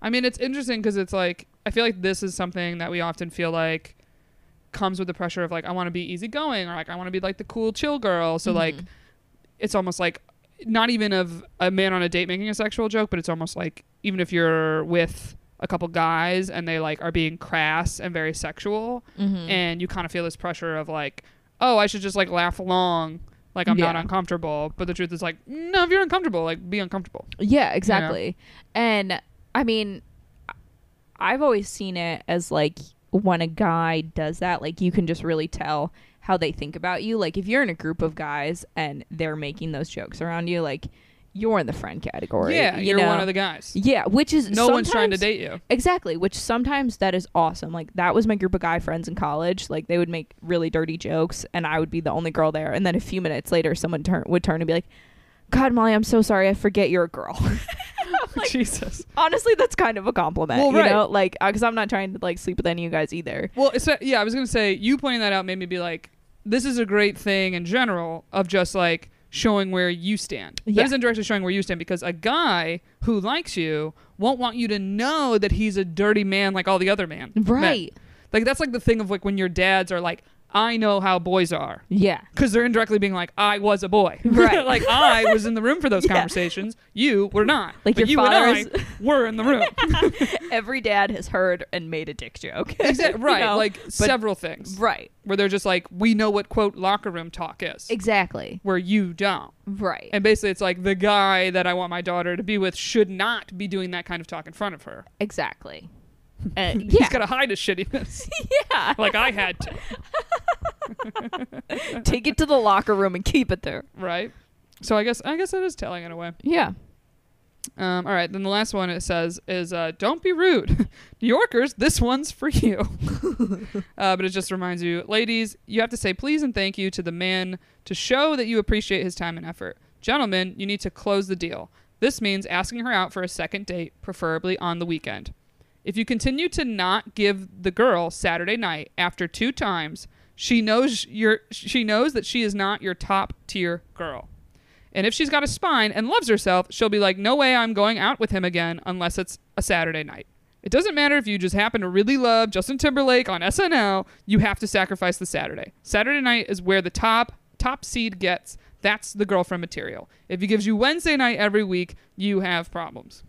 S1: I mean, it's interesting because it's like I feel like this is something that we often feel like comes with the pressure of like I want to be easygoing or like I want to be like the cool chill girl. So like it's almost like not even of a man on a date making a sexual joke, but it's almost like even if you're with a couple guys and they like are being crass and very sexual and you kind of feel this pressure of like oh, I should just like laugh along like I'm not
S2: Yeah.
S1: uncomfortable, but the truth is like no, if you're uncomfortable, like be uncomfortable.
S2: Yeah, exactly. And I mean, I- I've always seen it as like when a guy does that, like you can just really tell how they think about you. Like if you're in a group of guys and they're making those jokes around you, like you're in the friend category.
S1: Yeah,
S2: you
S1: you are
S2: know?
S1: one of the guys.
S2: Yeah, which is
S1: No one's trying to
S2: sometimes-
S1: date you.
S2: Exactly, which sometimes that is awesome. Like that was my group of guy friends in college. Like they would make really dirty jokes, and I would be the only girl there. And then a few minutes later, someone turn would turn and be like, "God, Molly, I'm so sorry. I forget you're a girl." Like,
S1: Jesus.
S2: honestly, that's kind of a compliment.
S1: Well,
S2: You
S1: right.
S2: know, like because I'm not trying to like sleep with any of you guys either.
S1: Well, it's, yeah, I was gonna say you pointing that out made me be like, this is a great thing in general of just like showing where you stand.
S2: Yeah.
S1: That isn't directly showing where you stand because a guy who likes you won't want you to know that he's a dirty man like all the other man. men.
S2: Right.
S1: Like that's like the thing of like when your dads are like, I know how boys are.
S2: Yeah.
S1: Because they're indirectly being like, I was a boy.
S2: Right.
S1: like, I was in the room for those
S2: Yeah.
S1: conversations. You were not.
S2: Like,
S1: but
S2: your
S1: you
S2: father
S1: and
S2: is-
S1: I were in the room.
S2: Every dad has heard and made a dick joke.
S1: Exactly.
S2: You
S1: Right.
S2: know?
S1: Like several things.
S2: Right.
S1: Where they're just like, we know what quote locker room talk is.
S2: Exactly.
S1: where you don't.
S2: Right.
S1: And basically it's like the guy that I want my daughter to be with should not be doing that kind of talk in front of her.
S2: exactly. Uh,
S1: He's
S2: yeah.
S1: gotta hide his shittiness.
S2: yeah.
S1: like I had to.
S2: Take it to the locker room and keep it there.
S1: Right? So I guess I guess it is telling in a way.
S2: Yeah.
S1: Um, all right, then the last one it says is uh, don't be rude. New Yorkers, this one's for you. uh, but it just reminds you, ladies, you have to say please and thank you to the man to show that you appreciate his time and effort. Gentlemen, you need to close the deal. This means asking her out for a second date, preferably on the weekend. If you continue to not give the girl Saturday night after two times, she knows your she knows that she is not your top tier girl. And if she's got a spine and loves herself, she'll be like, no way I'm going out with him again unless it's a Saturday night. It doesn't matter if you just happen to really love Justin Timberlake on SNL, you have to sacrifice the Saturday. Saturday night is where the top top seed gets. That's the girlfriend material. If he gives you Wednesday night every week, you have problems.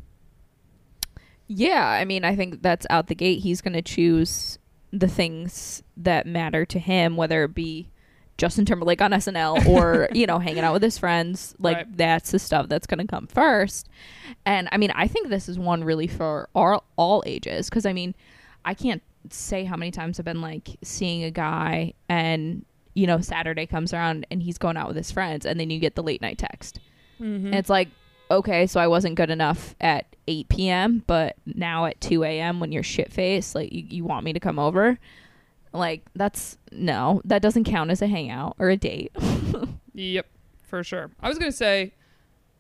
S2: Yeah, I mean, I think that's out the gate. He's going to choose the things that matter to him, whether it be Justin Timberlake on SNL or, you know, hanging out with his friends. Like,
S1: Right.
S2: that's the stuff that's going to come first. And I mean, I think this is one really for all, all ages because I mean, I can't say how many times I've been like seeing a guy and, you know, Saturday comes around and he's going out with his friends and then you get the late night text.
S1: Mm-hmm.
S2: And it's like, okay, so I wasn't good enough at 8 p.m., but now at 2 a.m. when you're shit faced, like you, you want me to come over? Like, that's no, that doesn't count as a hangout or a date.
S1: Yep, for sure. I was going to say,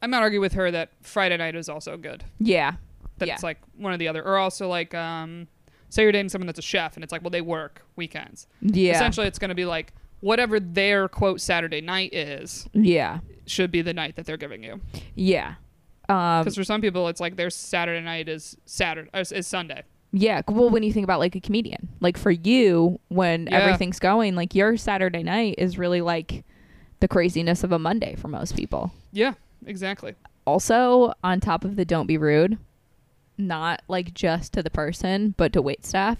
S1: I'm not arguing with her that Friday night is also good.
S2: yeah.
S1: That's
S2: yeah.
S1: like one or the other. Or also, like, um, say you're dating someone that's a chef and it's like, well, they work weekends.
S2: yeah.
S1: Essentially, it's going to be like whatever their quote Saturday night is,
S2: yeah.
S1: should be the night that they're giving you.
S2: Yeah. Um,
S1: Because for some people, it's like their Saturday night is Saturday is, is Sunday.
S2: yeah. Well, when you think about like a comedian, like for you, when
S1: Yeah.
S2: everything's going, like your Saturday night is really like the craziness of a Monday for most people.
S1: Yeah, exactly.
S2: Also, on top of the don't be rude, not like just to the person, but to wait staff.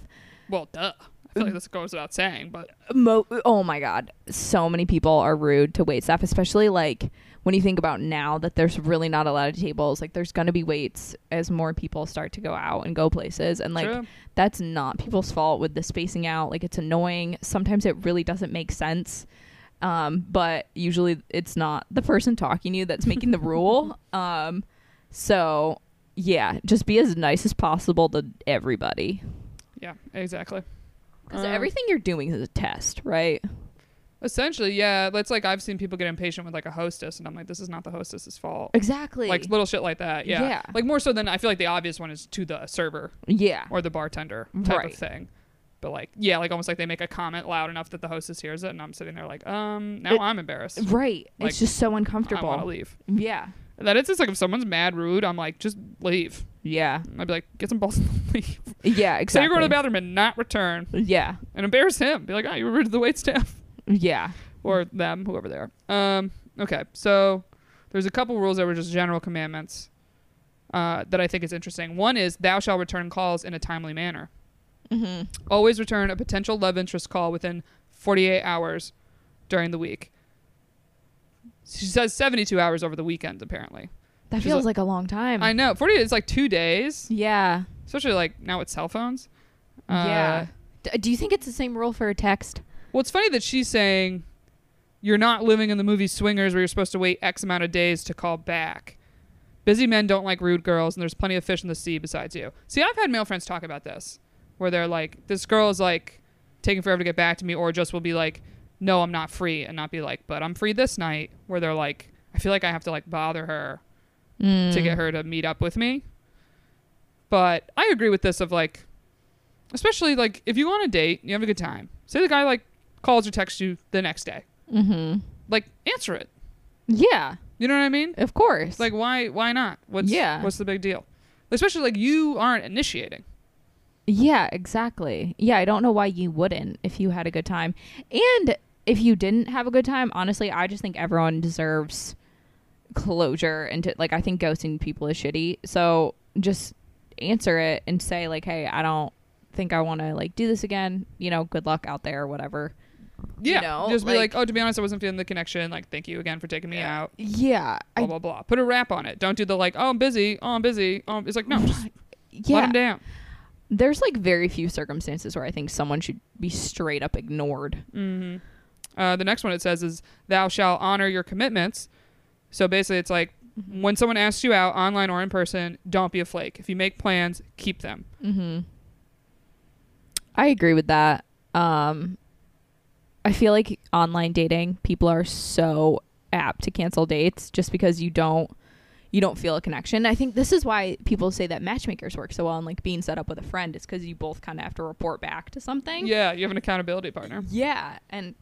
S1: Well, duh. I feel like this goes without saying, but
S2: Mo- oh my God. So many people are rude to wait staff, especially like when you think about now that there's really not a lot of tables. Like there's going to be waits as more people start to go out and go places. And like,
S1: True.
S2: that's not people's fault with the spacing out. Like it's annoying. Sometimes it really doesn't make sense. Um, but usually it's not the person talking to you that's making the rule. Um, so yeah, just be as nice as possible to everybody.
S1: yeah, exactly.
S2: Because
S1: Um,
S2: everything you're doing is a test, right?
S1: Essentially, yeah. That's like I've seen people get impatient with like a hostess, and I'm like, this is not the hostess's fault.
S2: Exactly.
S1: Like little shit like that. Yeah.
S2: Yeah.
S1: Like more so than I feel like the obvious one is to the server
S2: yeah.
S1: or the bartender type
S2: Right.
S1: of thing. But like, yeah, like almost like they make a comment loud enough that the hostess hears it, and I'm sitting there like, um, now
S2: It-
S1: I'm embarrassed.
S2: Right.
S1: Like,
S2: it's just so
S1: I want to
S2: uncomfortable.
S1: leave.
S2: Yeah.
S1: And that it's just like if someone's mad rude, I'm like, just leave.
S2: Yeah.
S1: I'd be like, get some balls and leave.
S2: Yeah.
S1: Say
S2: Exactly.
S1: you're going to the bathroom and not return,
S2: Yeah.
S1: and embarrass him. Be like, oh, you were rude to the wait staff.
S2: Yeah.
S1: or them, whoever they are. Um, okay, so there's a couple rules that were just general commandments uh, that I think is interesting. One is thou shalt return calls in a timely manner.
S2: Mm-hmm.
S1: Always return a potential love interest call within 48 hours during the week. She says 72 hours over the weekend, apparently.
S2: That
S1: She's
S2: feels like a long time.
S1: I know. 48 is like two days,
S2: yeah.
S1: especially like now with cell phones.
S2: yeah.
S1: Uh,
S2: D- do you think it's the same rule for a text?
S1: Well, it's funny that she's saying you're not living in the movie Swingers where you're supposed to wait X amount of days to call back. Busy men don't like rude girls, and there's plenty of fish in the sea besides you. See, I've had male friends talk about this where they're like, this girl is like taking forever to get back to me, or just will be like, no, I'm not free, and not be like, but I'm free this night, where they're like, I feel like I have to like bother her to
S2: Mm.
S1: get her to meet up with me. But I agree with this of like, especially like if you go on a date, you have a good time. Say the guy like calls or texts you the next day,
S2: Mm-hmm.
S1: like answer it.
S2: Yeah,
S1: You know what I mean?
S2: of course.
S1: Like why why not? What's
S2: Yeah.
S1: what's the big deal? Especially like you aren't initiating.
S2: yeah, exactly. Yeah, I don't know why you wouldn't if you had a good time, and if you didn't have a good time, honestly, I just think everyone deserves closure. And to, like, I think ghosting people is shitty. So just answer it and say like, hey, I don't think I want to like do this again. You know, good luck out there, whatever.
S1: Yeah.
S2: know,
S1: Just be like,
S2: like-
S1: oh, to be honest, I wasn't feeling the connection. Like, thank you again for taking me out.
S2: Yeah,
S1: Blah blah blah. Put a wrap on it. Don't do the like, oh, I'm busy. Oh, I'm busy. Oh, I'm-" it's like no, just
S2: yeah.
S1: let him down.
S2: there's like very few circumstances where I think someone should be straight up ignored.
S1: Uh, the next one it says is thou shalt honor your commitments. So basically, it's like when someone asks you out, online or in person, don't be a flake. If you make plans, keep them.
S2: I agree with that. Um, I feel like online dating, people are so apt to cancel dates just because you don't you don't feel a connection. I think this is why people say that matchmakers work so well and like being set up with a friend is because you both kind of have to report back to something.
S1: Yeah, you have an accountability partner.
S2: Yeah, and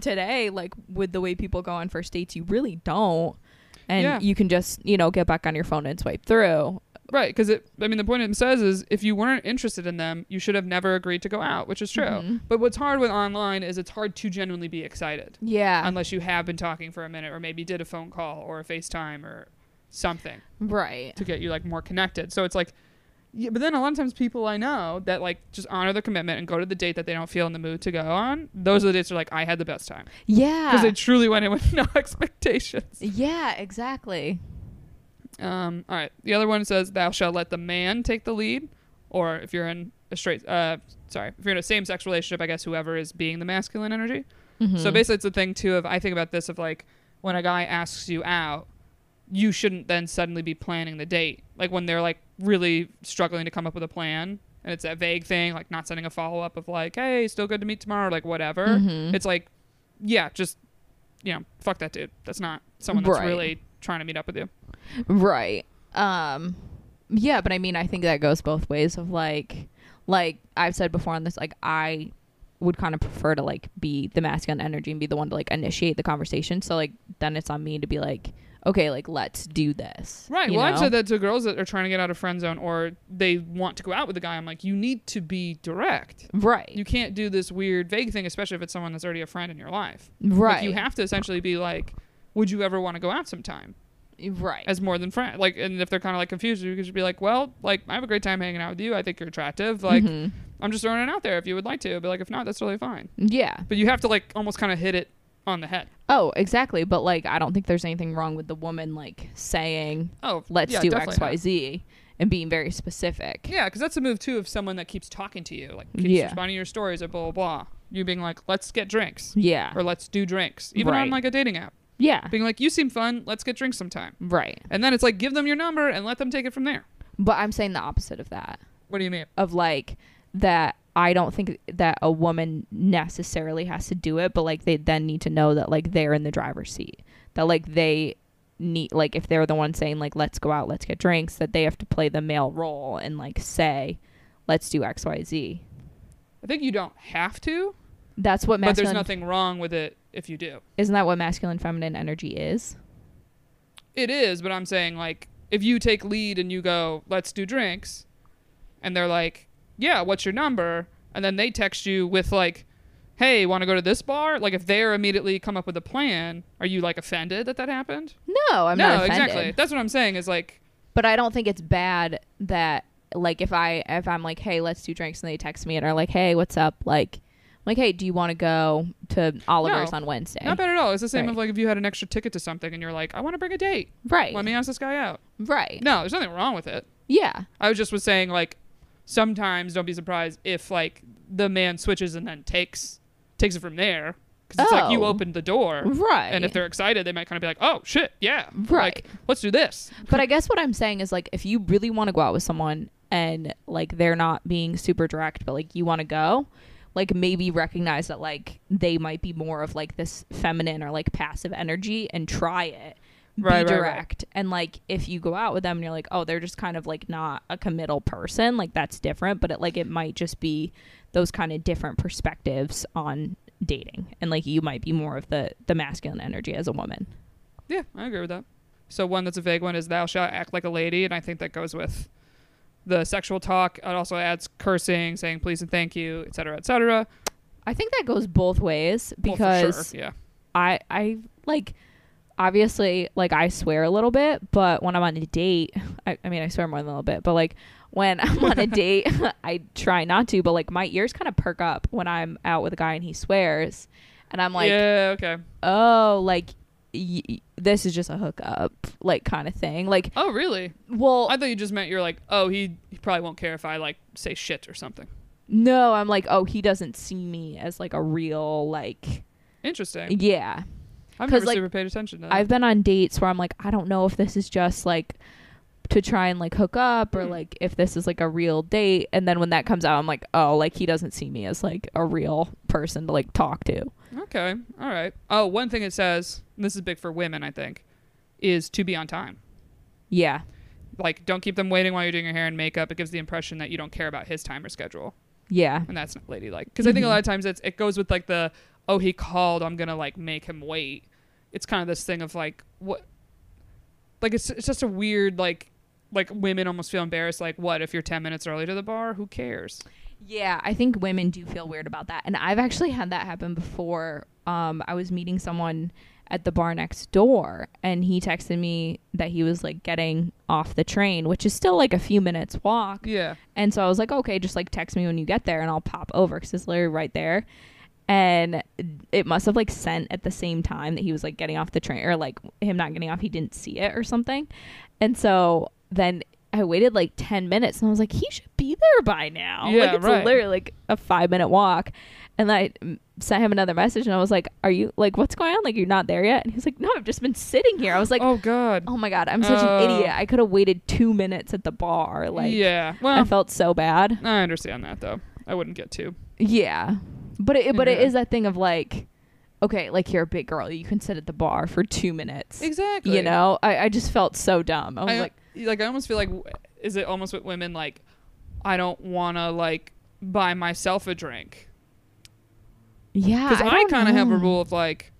S2: today, like with the way people go on first dates, you really don't, and
S1: Yeah.
S2: you can just you know get back on your phone and swipe through.
S1: Right, because it. I mean, the point it says is if you weren't interested in them, you should have never agreed to go out, which is true. But what's hard with online is it's hard to genuinely be excited
S2: Yeah,
S1: unless you have been talking for a minute, or maybe did a phone call or a FaceTime or something.
S2: right.
S1: to get you like more connected. So it's like, yeah, but then a lot of times people I know that like just honor their commitment and go to the date that they don't feel in the mood to go on. Those are the dates that are like I had the best time
S2: Yeah,
S1: because they truly went in with no expectations.
S2: yeah, exactly.
S1: Um, all right, the other one says thou shalt let the man take the lead, or if you're in a straight, uh, sorry, if you're in a same-sex relationship, I guess whoever is being the masculine energy.
S2: Mm-hmm.
S1: So
S2: Hmm.
S1: basically, it's a thing too of I think about this of like when a guy asks you out, you shouldn't then suddenly be planning the date. Like when they're like really struggling to come up with a plan, and it's that vague thing like not sending a follow up of like, hey, still good to meet tomorrow, like whatever.
S2: Mm-hmm.
S1: It's like, yeah, just you know, fuck that dude. That's not someone that's
S2: Right.
S1: really trying to meet up with you.
S2: Right. Um yeah, but I mean I think that goes both ways of like like I've said before on this like I would kind of prefer to like be the masculine energy and be the one to like initiate the conversation. So like then it's on me to be like, okay, like let's do this.
S1: Right.
S2: you
S1: well, I've
S2: know?
S1: said that to girls that are trying to get out of friend zone or they want to go out with a guy. I'm like, you need to be direct.
S2: Right.
S1: You can't do this weird vague thing, especially if it's someone that's already a friend in your life.
S2: right.
S1: Like, you have to essentially be like, would you ever want to go out sometime
S2: right.
S1: as more than friend? Like, and if they're kind of like confused, you could just be like, well, like I have a great time hanging out with you. I think you're attractive. Like,
S2: Mhm.
S1: I'm just throwing it out there if you would like to. But like, if not, that's totally fine.
S2: Yeah.
S1: But you have to like almost kind of hit it on the head.
S2: Oh, exactly. But like, I don't think there's anything wrong with the woman like saying,
S1: Oh,
S2: "Let's
S1: yeah,
S2: do
S1: definitely
S2: X,
S1: not.
S2: Y, Z," and being very specific.
S1: Yeah, because that's a move too of someone that keeps talking to you, like keeps
S2: Yeah.
S1: responding to your stories, or blah blah blah. You being like, let's get drinks
S2: Yeah.
S1: or let's do drinks, even on
S2: Right.
S1: like a dating app.
S2: yeah.
S1: Being like, you seem fun, let's get drinks sometime.
S2: Right.
S1: And then it's like, give them your number and let them take it from there.
S2: But I'm saying the opposite of that.
S1: What do you mean?
S2: Of like that I don't think that a woman necessarily has to do it, but like they then need to know that like they're in the driver's seat. That like they need like if they're the one saying like let's go out, let's get drinks, that they have to play the male role and like say, let's do X, Y, Z.
S1: I think you don't have to,
S2: That's what
S1: but there's
S2: masculine
S1: nothing wrong with it if you do.
S2: isn't that what masculine feminine energy is?
S1: It is, but I'm saying like, if you take lead and you go, let's do drinks, and they're like, yeah, what's your number? And then they text you with like, hey, want to go to this bar? Like, if they're immediately come up with a plan, are you like offended that that happened?
S2: No, I'm
S1: no,
S2: not offended.
S1: exactly. That's what I'm saying. Is like,
S2: But I don't think it's bad that like if I if I'm like, hey, let's do drinks, and they text me and are like, hey, what's up? Like, I'm like, hey, do you want to go to Oliver's
S1: No,
S2: on Wednesday?
S1: not bad at all. It's the same
S2: Right.
S1: of like if you had an extra ticket to something and you're like, I want to bring a date.
S2: Right.
S1: Let me ask this guy out.
S2: right.
S1: No, there's nothing wrong with it.
S2: Yeah.
S1: I was just was saying like, sometimes don't be surprised if like the man switches and then takes takes it from there because it's like you
S2: Oh.
S1: opened the door.
S2: Right.
S1: And if they're excited, they might kind of be like, "Oh shit, yeah, Like,
S2: Right.
S1: let's do this."
S2: but I guess what I'm saying is like if you really want to go out with someone and like they're not being super direct, but like you want to go, like maybe recognize that like they might be more of like this feminine or like passive energy and try it.
S1: Right, right, right.
S2: be direct and like if you go out with them and you're like oh they're just kind of like not a committal person like that's different but it like it might just be those kind of different perspectives on dating and like you might be more of the the masculine energy as a woman
S1: Yeah, I agree with that. So one that's a vague one is "Thou shalt act like a lady," and I think that goes with the sexual talk. It also adds cursing, saying please and thank you, etc., cetera, etc. Cetera.
S2: I think that goes both ways
S1: Well,
S2: because
S1: for sure, yeah,
S2: I I like obviously like I swear a little bit, but when I'm on a date, I, I mean I swear more than a little bit, but like when I'm on a date, I try not to, but like my ears kind of perk up when I'm out with a guy and he swears, and I'm like,
S1: yeah, okay.
S2: oh, like y- y- this is just a hookup, like kind of thing. Like,
S1: Oh, really?
S2: well,
S1: I thought you just meant you're like, oh, he, he probably won't care if I like say shit or something.
S2: no, I'm like, oh, he doesn't see me as like a real like,
S1: Interesting.
S2: yeah.
S1: I've
S2: 'Cause,
S1: never
S2: like,
S1: super paid attention to that.
S2: I've been on dates where I'm like, I don't know if this is just like to try and like hook up or
S1: Hmm.
S2: like if this is like a real date. And then when that comes out, I'm like, oh, like he doesn't see me as like a real person to like talk to.
S1: okay, all right. Oh, one thing it says, and this is big for women, I think, is to be on time.
S2: Yeah.
S1: Like, don't keep them waiting while you're doing your hair and makeup. It gives the impression that you don't care about his time or schedule,
S2: Yeah.
S1: and that's not ladylike. Because
S2: Mm-hmm.
S1: I think a lot of times it's, it goes with like the, oh, he called, I'm gonna like make him wait. It's kind of this thing of like what, like it's it's just a weird like. Like women almost feel embarrassed. Like, what if you're ten minutes early to the bar? Who cares?
S2: Yeah. I think women do feel weird about that. And I've actually had that happen before. Um, I was meeting someone at the bar next door and he texted me that he was like getting off the train, which is still like a few minutes walk.
S1: Yeah.
S2: And so I was like, okay, just like text me when you get there and I'll pop over because it's literally right there. And it must have like sent at the same time that he was like getting off the train or like him not getting off. He didn't see it or something. And so then I waited like 10 minutes and I was like, he should be there by now.
S1: Yeah,
S2: like it's
S1: right.
S2: literally like a five minute walk. And then I mm, sent him another message and I was like, are you like, what's going on? Like, you're not there yet? And he's like, no, I've just been sitting here. I was like, oh,
S1: oh God.
S2: my God, I'm such
S1: Oh.
S2: an idiot. I could have waited two minutes at the bar. Like,
S1: yeah.
S2: I
S1: Well,
S2: felt so bad.
S1: I understand that though. I wouldn't get too.
S2: Yeah, but it but it
S1: Yeah.
S2: is that thing of like, okay, like you're a big girl, you can sit at the bar for two minutes.
S1: Exactly.
S2: You know, I, I just felt so dumb. I was
S1: I,
S2: like,
S1: like, like I almost feel like, w- is it almost with women like, I don't want to like buy myself a drink.
S2: Yeah,
S1: Because I,
S2: don't
S1: kind of have a
S2: know.
S1: rule of like,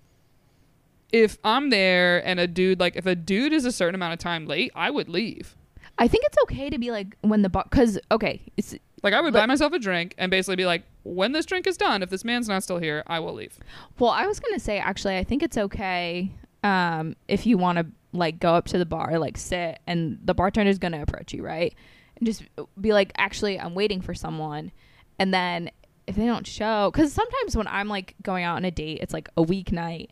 S1: if I'm there and a dude, like, if a dude is a certain amount of time late, I would leave.
S2: I think it's okay to be like when the bar because okay, it's
S1: Like, I would buy
S2: But-
S1: myself a drink and basically be like, when this drink is done, if this man's not still here, I will leave.
S2: well, I was gonna say actually, I think it's okay um, if you want to like go up to the bar, like sit, and the bartender's gonna approach you, right, and just be like, actually, I'm waiting for someone, and then if they don't show, because sometimes when I'm like going out on a date, it's like a weeknight.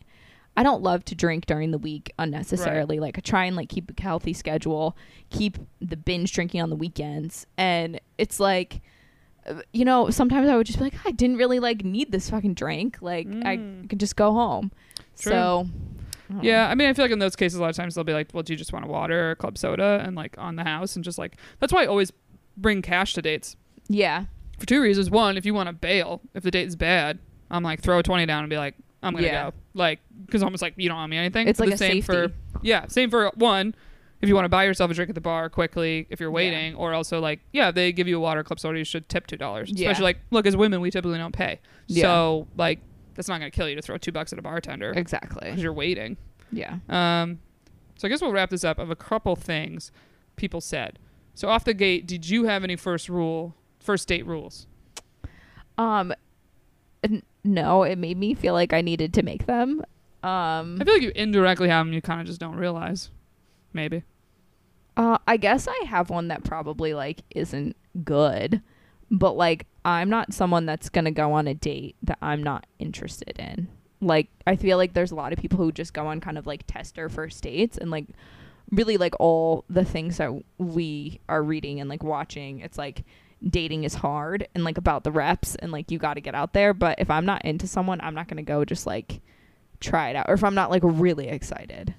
S2: I don't love to drink during the week unnecessarily. Like I try and like keep a healthy schedule, keep the binge drinking on the weekends, and it's like you know, sometimes I would just be like, I didn't really like need this fucking drink. Like I could just go home.
S1: Mm. True.
S2: So um, I don't
S1: Yeah, I mean, I feel like in those cases, a lot of times they'll be like, "Well, do you just want a water or a club soda?" and like on the house, and just like that's why I always bring cash to dates
S2: know. yeah,
S1: for two reasons. One, if you want to bail, if the date is bad, I'm like throw a twenty down and be like, "I'm gonna
S2: Yeah.
S1: go," like because almost like you don't owe me anything.
S2: It's
S1: But
S2: like
S1: the
S2: a
S1: same for
S2: safety.
S1: yeah, same for one. If you want to buy yourself a drink at the bar quickly, if you're waiting, or also like yeah, if they give you a water or club soda, you should tip two dollars.
S2: Yeah.
S1: Especially like look, as women, we typically don't pay,
S2: Yeah.
S1: so like that's not gonna kill you to throw two bucks at a bartender because
S2: exactly.
S1: you're waiting.
S2: Yeah.
S1: Um, so I guess we'll wrap this up of a couple things people said. So off the gate, did you have any first rule, first date rules?
S2: Um, n- no, it made me feel like I needed to make them. Um,
S1: I feel like you indirectly have them. You kind of just don't realize. Maybe.
S2: uh, I guess I have one that probably like isn't good, but like I'm not someone that's gonna go on a date that I'm not interested in. Like I feel like there's a lot of people who just go on kind of like test their first dates and like really like all the things that we are reading and like watching. It's like dating is hard and like about the reps and like you got to get out there. But if I'm not into someone, I'm not gonna go just like try it out. Or if I'm not like really excited.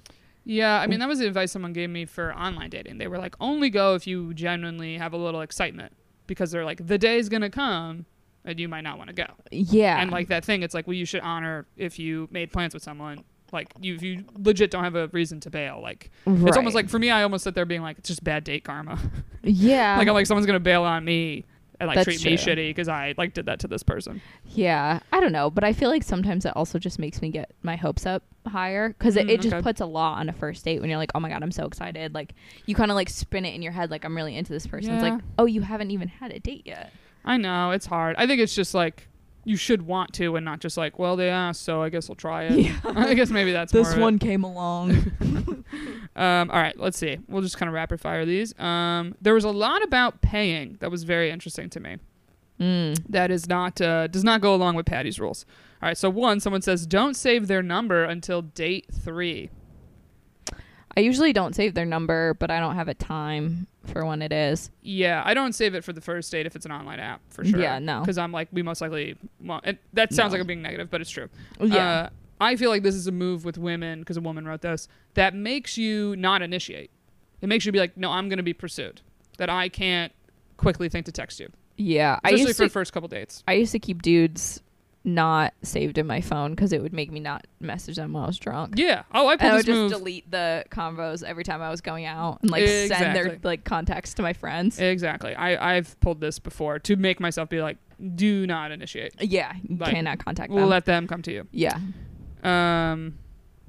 S1: Yeah, I mean that was the advice someone gave me for online dating. They were like, only go if you genuinely have a little excitement, because they're like, the day's gonna come, and you might not want to go.
S2: Yeah.
S1: And like that thing, it's like, well, you should honor if you made plans with someone. Like, you, if you legit don't have a reason to bail, like It's almost
S2: Right.
S1: like for me, I almost sit there being like, it's just bad date karma.
S2: yeah.
S1: like I'm like someone's gonna bail on me and like
S2: Um, That's
S1: treat me
S2: true.
S1: shitty because I like did that to this person.
S2: Yeah, I don't know, but I feel like sometimes it also just makes me get my hopes up higher because it,
S1: Mm,
S2: it just
S1: okay.
S2: puts a lot on a first date when you're like, oh my god, I'm so excited. Like you kind of like spin it in your head, like I'm really into this person. It's
S1: Yeah.
S2: like, oh, you haven't even had a date yet.
S1: I know it's hard. I think it's just like you should want to and not just like, well, they asked, so I guess I'll try it.
S2: Yeah.
S1: I guess maybe that's more of it.
S2: came along.
S1: Um, all right, let's see. We'll just kind of rapid fire these. Um, there was a lot about paying that was very interesting to me.
S2: mm.
S1: That is not uh, does not go along with Patty's rules. All right, so one, someone says don't save their number until date three.
S2: I usually don't save their number, but I don't have a time for when it is.
S1: Yeah, I don't save it for the first date if it's an online app for sure.
S2: Yeah, no.
S1: because I'm like we most likely. Well, it, that sounds
S2: No.
S1: like I'm being negative, but it's true.
S2: Yeah.
S1: uh, I feel like this is a move with women because a woman wrote this that makes you not initiate. It makes you be like, no, I'm going to be pursued. That I can't quickly think to text you,
S2: yeah, I
S1: especially
S2: used
S1: for
S2: to
S1: first couple dates.
S2: I used to keep dudes not saved in my phone because it would make me not message them when I was drunk.
S1: Yeah. Oh, I
S2: And
S1: pulled
S2: I
S1: this
S2: would just
S1: move.
S2: delete the convos every time I was going out and like send
S1: Exactly.
S2: their like contacts to my friends.
S1: exactly. I I've pulled this before to make myself be like, do not initiate.
S2: yeah, you
S1: Like,
S2: cannot contact
S1: We'll
S2: them.
S1: let them come to you.
S2: yeah,
S1: um,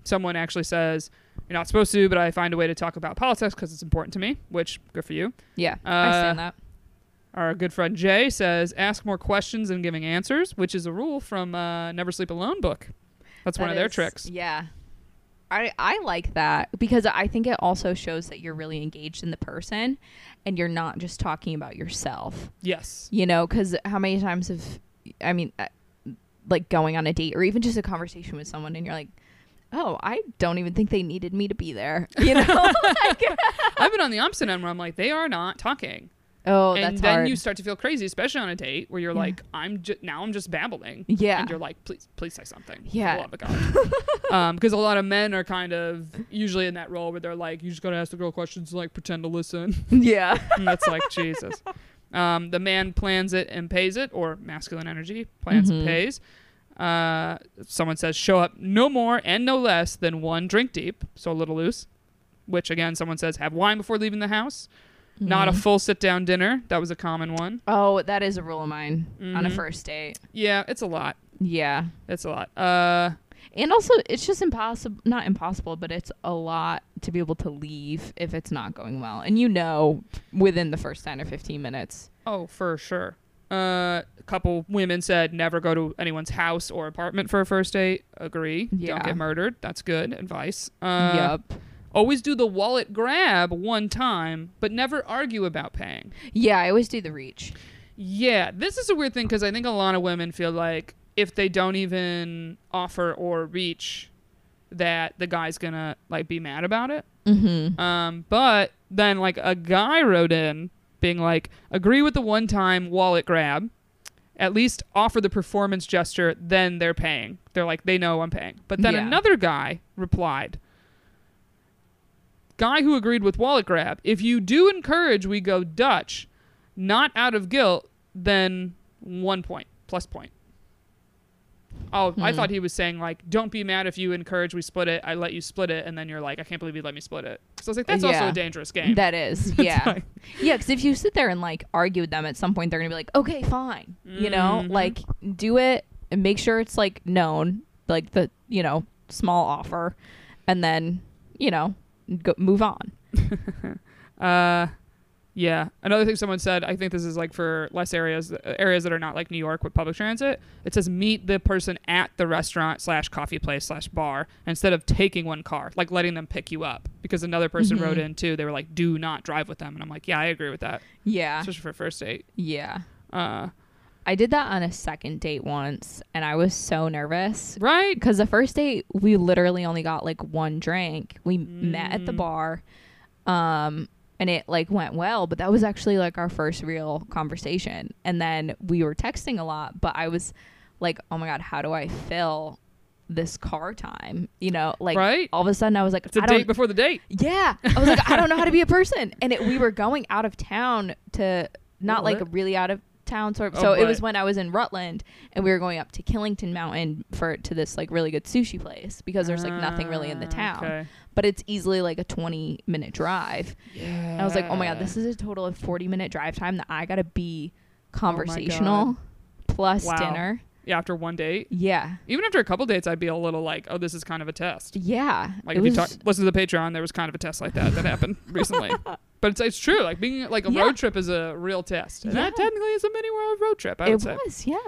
S1: someone actually says you're not supposed to, but I find a way to talk about politics because it's important to me. Which good for you.
S2: yeah, I stand
S1: Uh,
S2: that.
S1: Our good friend Jay says ask more questions than giving answers, which is a rule from uh, Never Sleep Alone book. That's one
S2: That
S1: of their
S2: is-
S1: tricks.
S2: Yeah, I I like that because I think it also shows that you're really engaged in the person, and you're not just talking about yourself.
S1: Yes.
S2: You know, because how many times have I mean, uh, like going on a date or even just a conversation with someone, and you're like. Oh, I don't even think they needed me to be there. You know, like,
S1: I've been on the opposite end where I'm like, they are not talking,
S2: oh,
S1: and
S2: that's
S1: then
S2: hard.
S1: you start to feel crazy, especially on a date where you're
S2: Yeah.
S1: like, I'm ju- now I'm just babbling.
S2: Yeah.
S1: and you're like, please, please say something. for the
S2: Yeah.
S1: love of God. Because a lot of men are kind of usually in that role where they're like, you just gotta ask the girl questions, like pretend to listen.
S2: yeah.
S1: and that's like Jesus. Um, the man plans it and pays it, or masculine energy plans and pays. Uh, someone says show up no more and no less than one drink deep, so a little loose. Which again, someone says have wine before leaving the house.
S2: Mm-hmm.
S1: Not a full sit down dinner. That was a common one.
S2: Oh, that is a rule of mine on a
S1: Mhm.
S2: first date.
S1: Yeah, it's a lot.
S2: Yeah.
S1: It's a lot. Uh,
S2: And also, it's just impossible, not impossible, but it's a lot to be able to leave if it's not going well. And you know, within the first 10 or 15 minutes.
S1: oh, for sure. Uh, a couple women said never go to anyone's house or apartment for a first date. Agree.
S2: Yeah.
S1: Don't get murdered. That's good advice. Uh,
S2: yep.
S1: Always do the wallet grab one time, but never argue about paying.
S2: Yeah, I always do the reach.
S1: Yeah, this is a weird thing because I think a lot of women feel like if they don't even offer or reach, that the guy's gonna like be mad about it. Mm-hmm. Um, but then like a guy wrote in being like, agree with the one time wallet grab. At least offer the performance gesture, then they're paying. They're like, they know I'm paying. But then
S2: Yeah.
S1: another guy replied, guy who agreed with wallet grab if you do encourage we go dutch not out of guilt then one point plus point oh i
S2: Hmm.
S1: thought he was saying like don't be mad if you encourage we split it i let you split it and then you're like i can't believe you let me split it so i was like that's also
S2: Yeah.
S1: a dangerous game
S2: That is, yeah. Yeah, 'cause
S1: like-
S2: because if you sit there and like argue with them at some point, they're going to be like, okay, fine. You know,
S1: Mhm.
S2: like do it and make sure it's like known, like the, you know, small offer. And then, you know, go, move on.
S1: Uh, yeah. Another thing someone said, I think this is like for less areas, uh, areas that are not like New York with public transit. It says meet the person at the restaurant slash coffee place slash bar instead of taking one car, like letting them pick you up. Because another person wrote
S2: Mm-hmm.
S1: in too. They were like, "Do not drive with them," and I'm like, "Yeah, I agree with that,
S2: Yeah.
S1: especially for a first date."
S2: yeah.
S1: Uh,
S2: I did that on a second date once and I was so nervous
S1: right?
S2: because the first date we literally only got like one drink. We met at the
S1: Mm.
S2: bar um and it like went well, but that was actually like our first real conversation. And then we were texting a lot, but I was like, "Oh my god, how do I fill this car time?" You know, like
S1: Right?
S2: all of a sudden I was like,
S1: It's a
S2: "I
S1: date
S2: don't
S1: before the date.
S2: yeah. I was like, I don't know how to be a person. And it, we were going out of town to not like
S1: What?
S2: really out of town sort of.
S1: Oh,
S2: so it
S1: right.
S2: was when I was in Rutland and we were going up to Killington Mountain for to this like really good sushi place because there's like nothing really in the
S1: Ah,
S2: town.
S1: okay.
S2: But it's easily like a 20 minute drive. And I was like, oh my God, this is a total of 40 minute drive time that I got to be conversational plus
S1: Oh Wow.
S2: dinner.
S1: Yeah, after one date,
S2: Yeah.
S1: even after a couple dates, I'd be a little like, "Oh, this is kind of a test."
S2: Yeah.
S1: Like
S2: It
S1: if
S2: was-
S1: you talk, listen to the Patreon, there was kind of a test like that that happened recently. But it's, it's true. Like being like a
S2: Yeah.
S1: road trip is a real test. And
S2: Yeah.
S1: that technically is a mini world road trip. I would
S2: it
S1: say.
S2: was, yeah.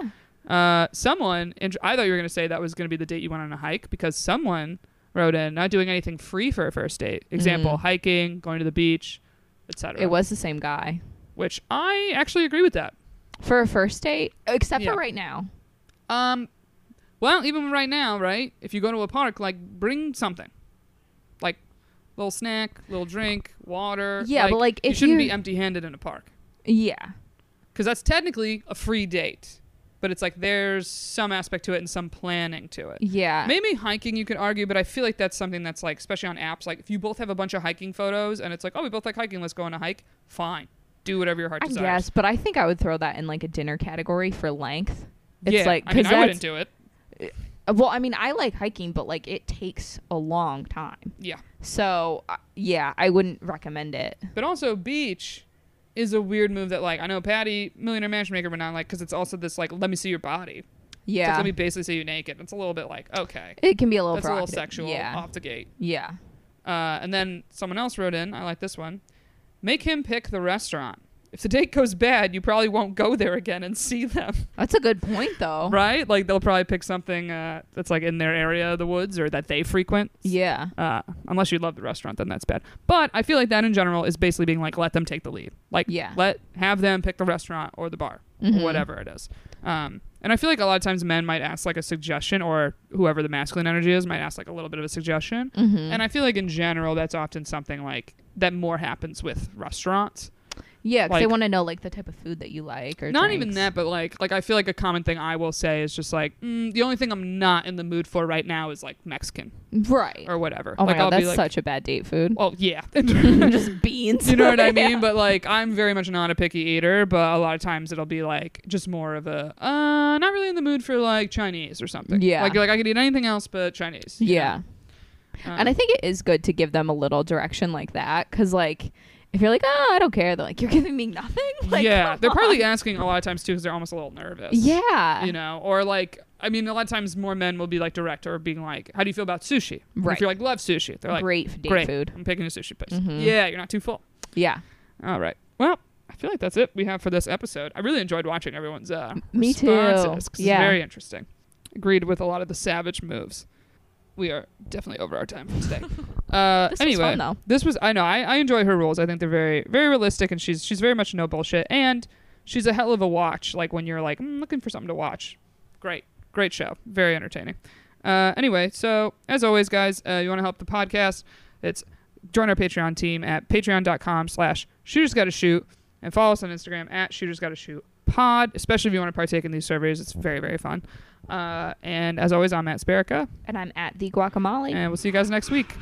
S1: Uh, someone, and I thought you were going to say that was going to be the date you went on a hike because someone wrote in not doing anything free for a first date. Example:
S2: Mm.
S1: hiking, going to the beach, etc.
S2: It was the same guy.
S1: which I actually agree with that.
S2: For a first date, except
S1: Yeah.
S2: for right now.
S1: Um, well, even right now, right? If you go to a park, like bring something, like little snack, little drink, water.
S2: Yeah, but, like,
S1: you
S2: if
S1: shouldn't be
S2: you're-
S1: empty-handed in a park
S2: Yeah.
S1: because that's technically a free date, but it's like there's some aspect to it and some planning to it.
S2: Yeah.
S1: Maybe hiking you could argue, but I feel like that's something that's like, especially on apps, like if you both have a bunch of hiking photos and it's like, oh, we both like hiking, let's go on a hike. Fine, do whatever your heart
S2: I
S1: desires.
S2: guess, but I think I would throw that in like a dinner category for length. It's
S1: yeah,
S2: like
S1: I mean, I
S2: that's- uh,
S1: wouldn't do it.
S2: well, I mean, I like hiking, but like it takes a long time.
S1: Yeah.
S2: So uh, yeah, I wouldn't recommend it.
S1: But also beach is a weird move that like I know Patty Millionaire Mansion Maker, but not like because it's also this like let me see your body. It's like,
S2: Yeah,
S1: let me basically see you naked. It's a little bit like okay,
S2: it can be a little.
S1: that's a little
S2: provocative.
S1: sexual
S2: Yeah,
S1: off the gate.
S2: yeah.
S1: Uh, and then someone else wrote in. I like this one. Make him pick the restaurant. If the date goes bad, you probably won't go there again and see them,
S2: That's a good point, though.
S1: right? Like they'll probably pick something uh, that's like in their area of the woods or that they frequent.
S2: Yeah,
S1: Uh, unless you love the restaurant, then that's bad. But I feel like that in general is basically being like, let them take the lead. Like,
S2: Yeah. Mm-hmm.
S1: let have them pick the restaurant or the bar or whatever it is. Um, and I feel like a lot of times men might ask like a suggestion, or whoever the masculine energy is might ask like a little bit of a suggestion.
S2: Mm-hmm.
S1: And I feel like in general, that's often something like that more happens with restaurants.
S2: yeah. 'cause they
S1: Like-
S2: want to know like the type of food that you like, or
S1: Not even
S2: drinks.
S1: that, but like, like I feel like a common thing I will say is just like, mm, the only thing I'm not in the mood for right now is like Mexican
S2: right?
S1: or whatever.
S2: oh my
S1: like
S2: god,
S1: I'll
S2: that's
S1: be like,
S2: such a bad date food.
S1: well, yeah.
S2: Just beans.
S1: You know what I
S2: Yeah.
S1: mean? But like, I'm very much not a picky eater, but a lot of times it'll be like just more of a, uh, not really in the mood for like Chinese or something.
S2: Yeah.
S1: Like, like I could eat anything else but Chinese. you
S2: Yeah.
S1: know?
S2: and I
S1: Um,
S2: think it is good to give them a little direction like that because, like, if you're like, oh, I don't care, they're like, you're giving me nothing. Like,
S1: yeah.
S2: come
S1: They're
S2: on.
S1: probably asking a lot of times too because they're almost a little nervous.
S2: yeah,
S1: You know, or like I mean, a lot of times more men will be like direct or being like, "How do you feel about sushi?" And If
S2: Right.
S1: you're like, "Love sushi," they're like,
S2: Great date food.
S1: I'm picking a sushi place.
S2: Mhm.
S1: Yeah, you're not too full.
S2: Yeah.
S1: All right. Well, I feel like that's it we have for this episode. I really enjoyed watching everyone's uh,
S2: me too.
S1: responses 'cause
S2: Yeah.
S1: it's very interesting. Agreed with a lot of the savage moves. We are definitely over our time for today. uh,
S2: This was
S1: anyway,
S2: fun, though.
S1: this was I know I, I enjoy her rules. I think they're very very realistic, and she's she's very much no bullshit. And she's a hell of a watch. Like when you're like "Mm, looking for something to watch, great great show, very entertaining. Uh, anyway, so as always, guys, uh, you want to help the podcast? It's join our Patreon team at patreon.com slash shooters gotta shoot and follow us on Instagram at shooters gotta shoot pod, especially if you want to partake in these surveys. It's very, very fun. Uh, and as always, I'm Matt Sparica,
S2: And I'm at the guacamole.
S1: and we'll see you guys next week.